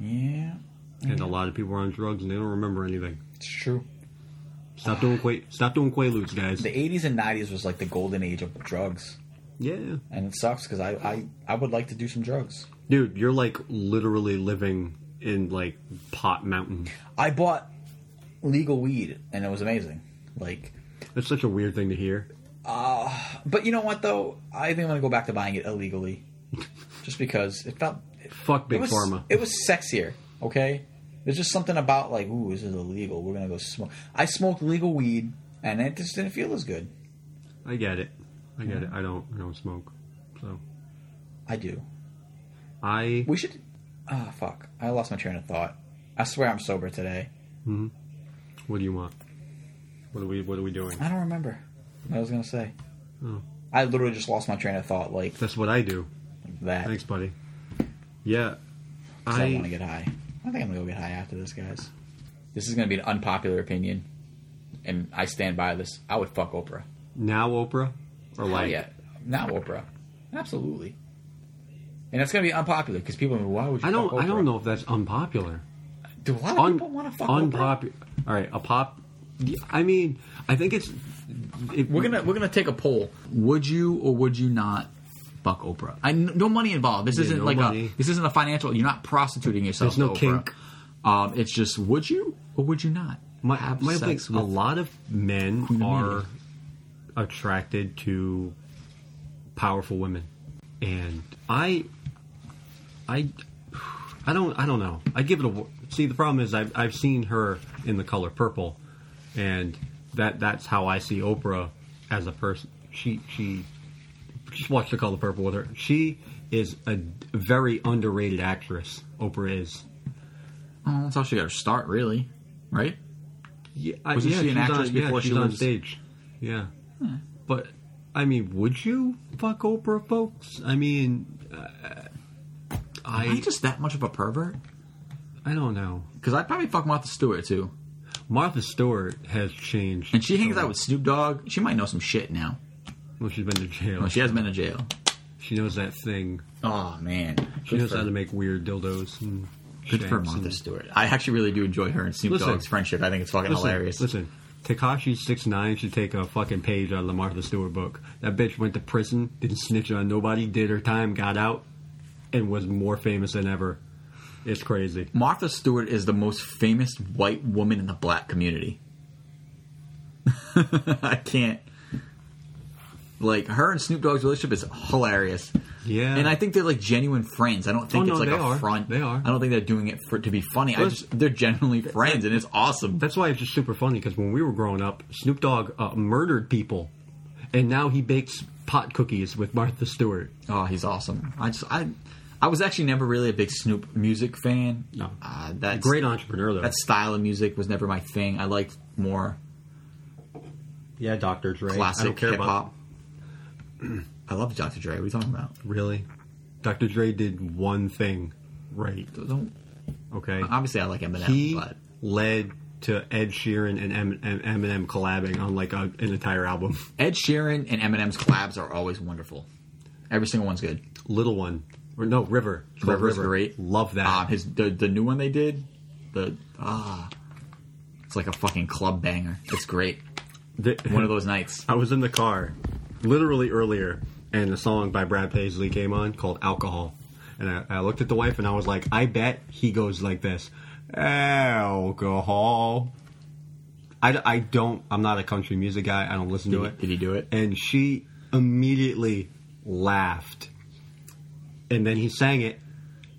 B: Yeah,
A: and a lot of people were on drugs and they don't remember anything.
B: it's true.
A: Stop doing Qua- stop doing Quaaludes, guys.
B: the 80s and 90s was like the golden age of drugs
A: Yeah.
B: and it sucks because I, I i would like to do some drugs
A: Dude, you're like literally living in like Pot Mountain.
B: i bought legal weed and it was amazing like
A: That's such a weird thing to hear.
B: but you know what though i think i'm gonna go back to buying
A: <laughs>
B: it illegally just because it felt it,
A: Fuck
B: it
A: Big
B: was
A: Pharma.
B: it was sexier okay there's just something about like ooh this is illegal we're gonna go smoke i smoked legal weed and it just didn't feel as good
A: I get it. I get it. I don't. I don't smoke. So
B: i do
A: I.
B: We should. Ah, fuck. I lost my train of thought. I swear I'm sober today.
A: What do you want? What are we? What are we doing?
B: I don't remember what I was gonna say.
A: Hmm.
B: I literally just lost my train of thought like
A: That's what I do.
B: that.
A: Thanks, buddy. Yeah.
B: 'cause I, want
A: I.
B: to get high. I think I'm gonna go get high after this, guys. This is going to be an unpopular opinion, and I stand by this. I would fuck Oprah.
A: Now Oprah, or
B: Hell
A: like
B: yeah, not Oprah. Absolutely. And that's going to be unpopular because people are like, why would you
A: I don't.
B: fuck Oprah?
A: I don't know if that's unpopular.
B: Do a lot of
A: Un,
B: people want to fuck Oprah?
A: unpopular. All right, a pop. I mean, I think it's. It,
B: We're gonna we're gonna take a poll. Would you or would you not fuck Oprah? I no money involved. This isn't
A: no
B: like
A: money.
B: a this isn't a financial. You're not prostituting yourself.
A: There's no
B: to Oprah.
A: kink.
B: Um, it's just would you or would you not
A: My,
B: have
A: my
B: sex
A: thing, a
B: with
A: lot of men
B: Queen
A: are
B: Amelia.
A: attracted to powerful women, and I, I, I don't, I don't know. I give it a wh- see. The problem is I've I've seen her in the color purple, and that that's how I see Oprah as a person. She she just watch the color purple with her. She is a very underrated actress. Oprah is.
B: Oh, that's how she got her start, really, right?
A: Yeah, I-
B: Wasn't she an
A: was
B: actress
A: on, yeah,
B: before she
A: was on
B: was- Hmm.
A: stage? Yeah, but I mean, would you fuck Oprah, folks? I mean, uh, I
B: Am I just that much of a pervert?
A: I don't know.
B: Because I'd probably fuck Martha Stewart too,
A: Martha Stewart has changed,
B: and she hangs out with Snoop Dogg. She might know some shit now.
A: Well, she's been to jail.
B: Well, she has been in jail.
A: She knows that thing.
B: Oh man,
A: She knows
B: for,
A: how to make weird dildos. And
B: good for
A: shanks
B: Martha
A: and-
B: Stewart. I actually really do enjoy her and Snoop
A: Listen.
B: Dogg's friendship. I think it's fucking
A: Listen,
B: hilarious.
A: Listen, Takashi six nine should take a fucking page out of the Martha Stewart book. That bitch went to prison, didn't snitch on nobody, did her time, got out, and was more famous than ever. It's crazy.
B: Martha Stewart is the most famous white woman in the black community. <laughs> I can't. Like her and Snoop Dogg's relationship is hilarious.
A: Yeah,
B: And I think they're like genuine friends. I don't think
A: Oh, no,
B: it's like
A: they
B: a
A: are.
B: front.
A: They are.
B: I don't think they're doing it for to be funny. I
A: Well,
B: just they're genuinely friends, and it's awesome.
A: that's why it's just super funny because when we were growing up, Snoop Dogg uh, murdered people, and now he bakes pot cookies with Martha Stewart.
B: Oh, he's awesome. I just I I was actually never really a big Snoop music fan.
A: No.
B: uh, that's
A: Great entrepreneur though.
B: That style of music was never my thing. I liked more
A: yeah, Dr. Dre. I
B: classic
A: don't care
B: hip
A: about-
B: hop. <clears throat> I love Dr. Dre. What are we talking about?
A: Really, Dr. Dre did one thing right.
B: Don't,
A: Okay,
B: obviously, I like Eminem,
A: he
B: but
A: led to Ed Sheeran and M- M- Eminem collabing on like a, an entire album. <laughs>
B: Ed Sheeran and Eminem's collabs are always wonderful. Every single one's good.
A: Little one, or no, River. It's called
B: River's great.
A: Love that.
B: Um, his the, the new one they did, the ah, it's like a fucking club banger. It's great.
A: The-
B: One of those nights.
A: <laughs> I was in the car, literally earlier, and a song by Brad Paisley came on called "Alcohol," and I, I looked at the wife and I was like, "I bet he goes like this, alcohol." I, I don't. I'm not a country music guy. I don't listen to
B: Did,
A: it.
B: did he do it?
A: and she immediately laughed. And then he sang it,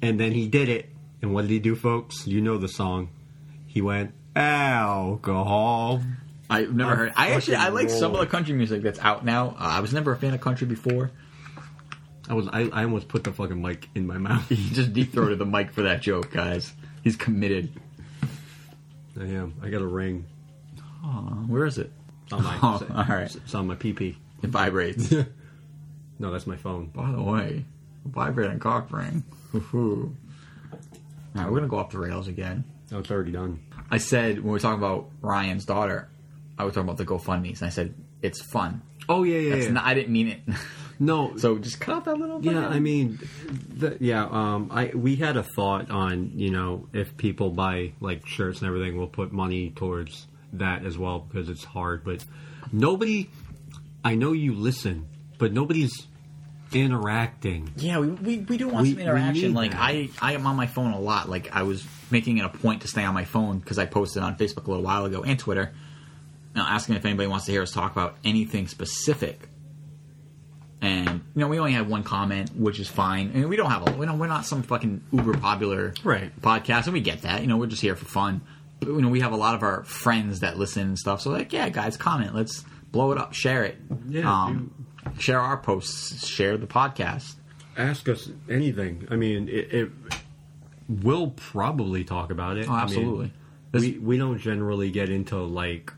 A: and then he did it. And what did he do, folks? You know the song. He went alcohol.
B: I've never heard. I actually I
A: fucking
B: like some of the
A: rolling.
B: country music that's out now. Uh, I was never a fan of country <laughs> before.
A: I was I, I almost put the fucking mic in my mouth.
B: He just deep throated the mic for that joke, guys. He's committed.
A: <laughs> I am. I got a ring.
B: Uh, Where is it?
A: It's <laughs> on my.
B: Oh,
A: it's-
B: all right.
A: It's on my PP.
B: It vibrates.
A: No, that's my phone.
B: By the way, vibrating cock ring. Woo-hoo. All right, we're gonna go off the rails again.
A: No, it's already done.
B: I said when we were talking about Ryan's daughter, I was talking about the GoFundmes, and I said it's fun.
A: Oh yeah, yeah.
B: It's
A: yeah.
B: not, I didn't mean it. <laughs>
A: no,
B: so just cut out that little.
A: Yeah,
B: fucking-
A: I mean, the, yeah. Um, I we had a thought on you know if people buy like shirts and everything, we'll put money towards that as well because it's hard. But nobody, I know you listen, but nobody's interacting.
B: Yeah, we, we, we do want
A: We-
B: some
A: we
B: interaction.
A: need
B: Like
A: that.
B: I, I am on my phone a lot. Like I was making it a point to stay on my phone because I posted on Facebook a little while ago and Twitter, now asking if anybody wants to hear us talk about anything specific. And you know, we only had one comment, which is fine. I mean, we don't have a we don't, we're not some fucking uber popular
A: Right.
B: podcast, and we get that. You know, we're just here for fun. But, you know, we have a lot of our friends that listen and stuff. So like, yeah, guys, comment. Let's blow it up, share it.
A: Yeah,
B: um, share our posts, share the podcast.
A: Ask us anything. I mean, it, it we'll probably talk about it.
B: Oh,
A: I mean,
B: absolutely. This-
A: we we don't generally get into like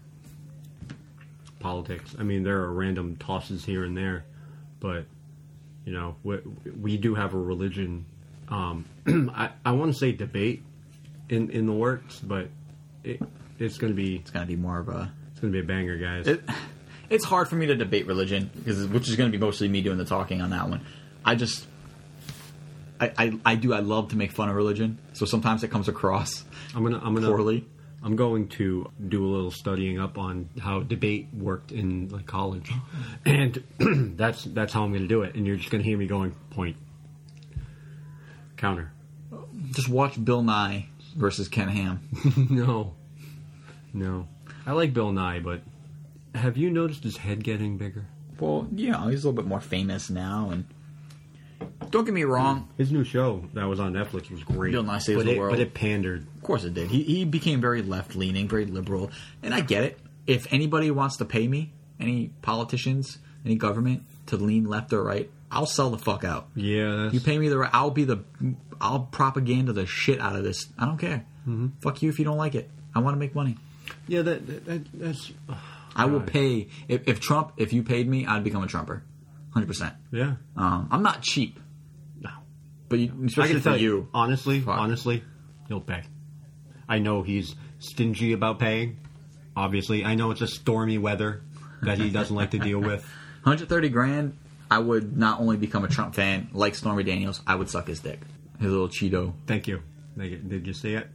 A: politics. I mean, there are random tosses here and there, but you know, we, we do have a <clears throat> religion. Um, I I want to say debate in in the works, but it, it's going to be
B: It's gonna be more of a.
A: it's going to be a banger, guys.
B: It, it's hard for me to debate religion because which is gonna be mostly me doing the talking on that one. I just. I, I, I do I love to make fun of religion, so sometimes it comes across
A: I'm gonna I'm gonna
B: poorly.
A: I'm going to do a little studying up on how debate worked in like college, and <clears throat> that's that's how I'm going to do it. And you're just going to hear me going point counter.
B: Just watch Bill Nye versus Ken Ham.
A: No, no. I like Bill Nye, but have you noticed his head getting bigger?
B: Well, yeah, he's a little bit more famous now, and don't get me wrong,
A: His new show that was on Netflix was great.
B: Bill Nye Saves
A: but
B: the
A: it,
B: World.
A: but it pandered.
B: Of course it did. He, he became very left leaning, very liberal, and I get it. If anybody wants to pay me, any politicians, any government, to lean left or right, I'll sell the fuck out.
A: Yeah, that's,
B: You pay me the right, I'll be the, I'll propaganda the shit out of this. I don't care.
A: Mm-hmm.
B: Fuck you if you don't like it. I want to make money.
A: yeah. That, that, that that's
B: I will
A: Right.
B: pay if, if Trump. If you paid me, I'd become a Trumper, hundred percent.
A: yeah.
B: Um, I'm not cheap,
A: No.
B: but you,
A: I
B: especially
A: can
B: for
A: tell
B: you,
A: you honestly,
B: Fuck.
A: honestly, he'll pay. I know he's stingy about paying. Obviously, I know it's a stormy weather that he doesn't
B: <laughs>
A: like to deal with.
B: 130 grand, I would not only become a Trump fan, like Stormy Daniels, I would suck his dick. His little Cheeto.
A: Thank you. Did did you see it?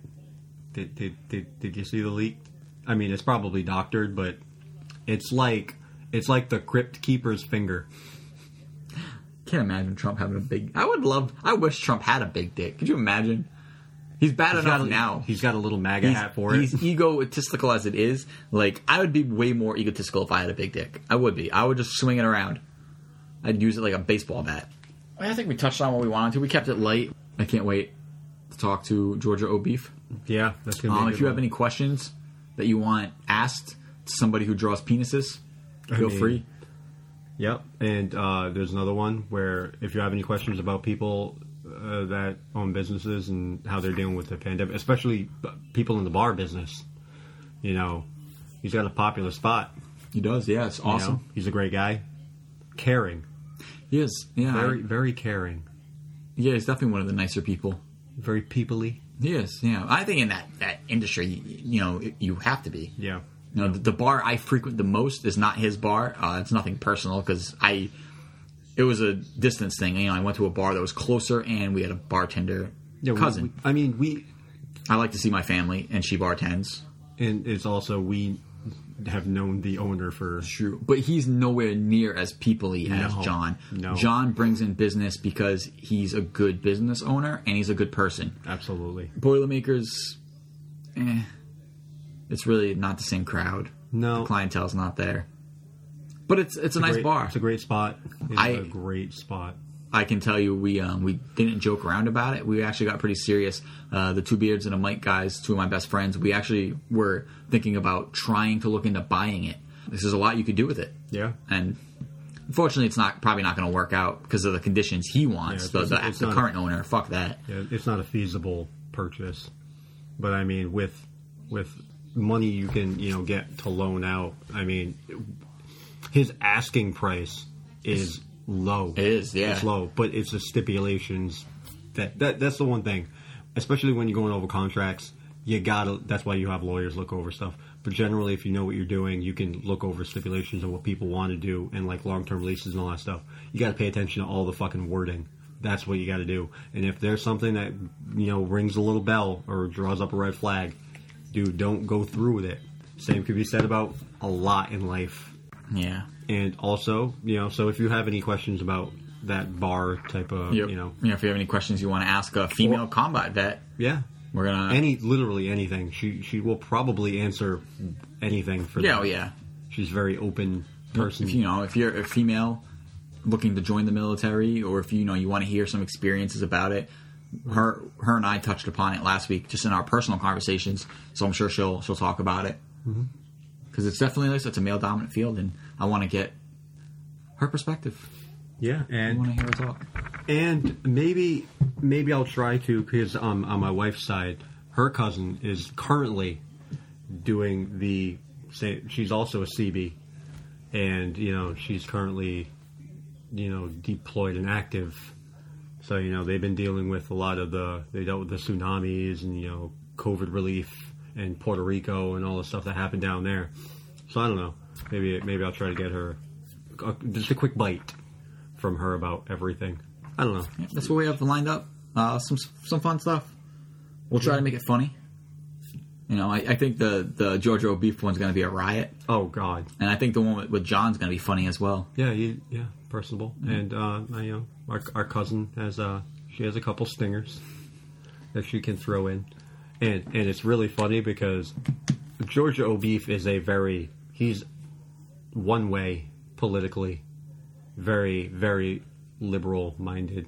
A: Did, did, did, did you see the leak? I mean, it's probably doctored, but it's like it's like the crypt keeper's finger.
B: Can't imagine Trump having a big. I would love. I wish Trump had a big dick. Could you imagine? He's bad enough
A: got a-
B: now.
A: He's got a little MAGA
B: He's-
A: hat for it.
B: he's egotistical as it is. Like I would be way more egotistical if I had a big dick. I would be. I would just swing it around. I'd use it like a baseball bat. I, mean, I think we touched on what we wanted to. We kept it light. I can't wait to talk to Georgia O'Beef.
A: Yeah, that's gonna be.
B: Um,
A: a
B: if
A: good
B: you
A: one.
B: have any questions that you want asked to somebody who draws penises, feel
A: mean-
B: free.
A: Yep. And uh, there's another one where if you have any questions about people uh, that own businesses and how they're dealing with the pandemic, especially uh, people in the bar business, you know, he's got a popular spot. you
B: He does, yeah, it's
A: know?
B: awesome.
A: He's a great guy. Caring.
B: He is, yeah, I-
A: Very, very caring.
B: yeah. He's definitely one of the nicer people.
A: Very peoply.
B: He is, yeah. I think in that that industry, you, you know, you have to be.
A: Yeah.
B: You know, the, the bar I frequent the most is not his bar. Uh, it's nothing personal because I, it was a distance thing. You know, I went to a bar that was closer, and we had a bartender
A: yeah we-
B: cousin.
A: we- I mean, we,
B: I like to see my family, and she bartends.
A: and it's also, we have known the owner for.
B: True, but he's nowhere near as peoply as
A: No.
B: John.
A: No.
B: John brings in business because he's a good business owner and he's a good person.
A: Absolutely.
B: Boilermakers, eh, it's really not the same crowd.
A: No.
B: the clientele's not there. But it's it's a nice
A: Great-
B: bar.
A: It's a great spot. It's
B: I-
A: a great spot.
B: I can tell you, we um, we didn't joke around about it. We actually got pretty serious. Uh, the two beards and a mic guys, two of my best friends, we actually were thinking about trying to look into buying it. This is a lot you could do with it.
A: Yeah.
B: and unfortunately, it's not probably not going to work out because of the conditions he wants.
A: Yeah,
B: the
A: it's-
B: the,
A: it's
B: the
A: not-
B: current owner, fuck that.
A: Yeah, it's not a feasible purchase, but I mean, with with money you can you know get to loan out. I mean, his asking price is low.
B: It is, yeah.
A: it's low, but it's the stipulations that, that that's the one thing, especially when you're going over contracts. You gotta. That's why you have lawyers look over stuff. But generally, if you know what you're doing, you can look over stipulations and what people want to do, and like long-term leases and all that stuff. You gotta pay attention to all the fucking wording. That's what you gotta do. And if there's something that you know rings a little bell or draws up a red flag, dude, don't go through with it. Same could be said about a lot in life.
B: Yeah,
A: And also, you know, so if you have any questions about that bar type of, you know,
B: if you have any questions you want to ask a female combat vet,
A: yeah,
B: we're gonna
A: any literally anything, she she will probably answer anything for
B: yeah
A: that.
B: oh, yeah.
A: She's a very open person.
B: If you know, if you're a female looking to join the military, or if you know you want to hear some experiences about it, her her and I touched upon it last week, just in our personal conversations. So I'm sure she'll she'll talk about it because it's definitely like I said, it's a male dominant field, and I want to get her perspective.
A: yeah,
B: I
A: and
B: want to hear her talk.
A: and maybe maybe I'll try to because um, on my wife's side, her cousin is currently doing the say she's also a CB, and you know she's currently you know deployed and active. So you know they've been dealing with a lot of the they dealt with the tsunamis and you know COVID relief and Puerto Rico and all the stuff that happened down there. So I don't know. Maybe maybe I'll try to get her uh, just a quick bite from her about everything. I don't know.
B: Yeah, that's what we have lined up. Uh, some some fun stuff. We'll try to make it funny. You know, I, I think the the Jojo beef one's going to be a riot,
A: Oh God.
B: and I think the one with, with John's going to be funny as well.
A: Yeah, he, yeah, personable. And uh, I, you know, our, our cousin has uh, she has a couple stingers that she can throw in, and and it's really funny because Georgia O'Beef is a very he's one way politically, very very liberal minded,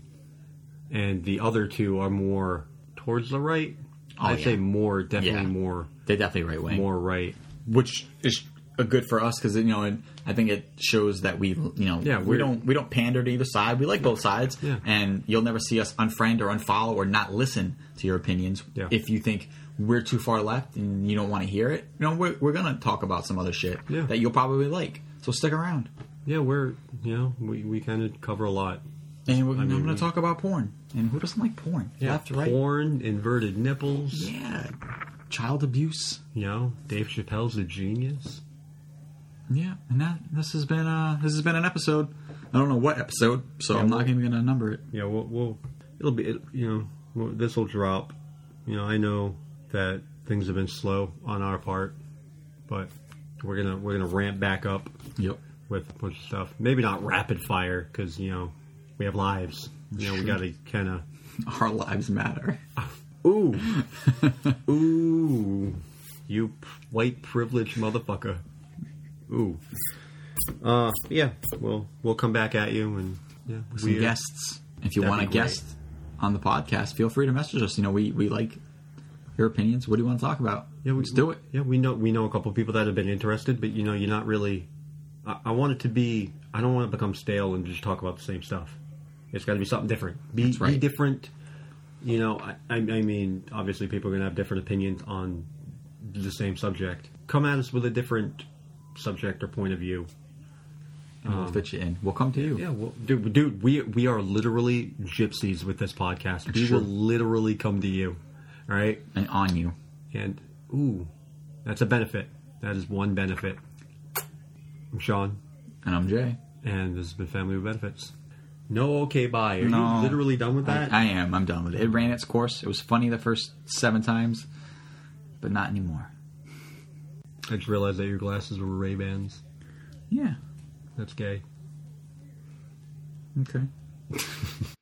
A: and the other two are more towards the right.
B: Oh,
A: I'd
B: yeah.
A: say more, definitely
B: Yeah.
A: more
B: They're definitely right wing,
A: more right.
B: which is a good for us because you know, and I think it shows that we you know
A: Yeah,
B: we
A: we're-
B: don't we don't pander to either side. We like both sides,
A: Yeah.
B: and you'll never see us unfriend or unfollow or not listen to your opinions
A: Yeah.
B: if you think. We're too far left, and you don't want to hear it. You know, we're, we're gonna talk about some other shit
A: Yeah.
B: that you'll probably like. So stick around.
A: Yeah, we're you know we, we kind of cover a lot.
B: And we're, I'm
A: mean,
B: going
A: we-
B: to talk about porn. And who doesn't like porn? Left, right.
A: Porn, inverted nipples.
B: Yeah. Child abuse.
A: You know, Dave Chappelle's a genius.
B: Yeah. And that this has been uh this has been an episode. I don't know what episode, so I'm not even going to number it.
A: Yeah, we'll, we'll it'll be it, you know we'll, this will drop. You know, I know that things have been slow on our part, but we're gonna we're gonna ramp back up
B: Yep.
A: with a bunch of stuff. Maybe not rapid fire because you know we have lives. You know, we gotta kind of
B: Our lives matter.
A: <laughs> ooh ooh you p- white privileged motherfucker. Ooh. Uh, yeah, we'll we'll come back at you and yeah,
B: Some
A: we-
B: guests. If you
A: That'd
B: want a
A: be great.
B: guest on the podcast, feel free to message us. You know, we we like your opinions. What do you want to talk about?
A: Yeah, we,
B: Let's do it.
A: Yeah, we know we know a couple of people that have been interested, but you know, you're not really. I, I want it to be. I don't want to become stale and just talk about the same stuff. It's got to be something different. Be,
B: That's
A: be
B: right.
A: different. You know, I, I I mean, obviously, people are going to have different opinions on the same subject. Come at us with a different subject or point of view.
B: And we'll fit you in. We'll come to you.
A: Um, Yeah, well, dude, dude, we we are literally gypsies with this podcast. We
B: Sure.
A: will literally come to you. All right,
B: And on you.
A: and ooh, that's a benefit. That is one benefit. I'm Sean,
B: And I'm Jay.
A: and this has been Family with Benefits. No, okay, bye. Are
B: No.
A: you literally done with that?
B: I, I am. I'm done with it. It ran its course. It was funny the first seven times, but not anymore.
A: I just realized that your glasses were Ray Bans.
B: Yeah.
A: That's gay.
B: Okay.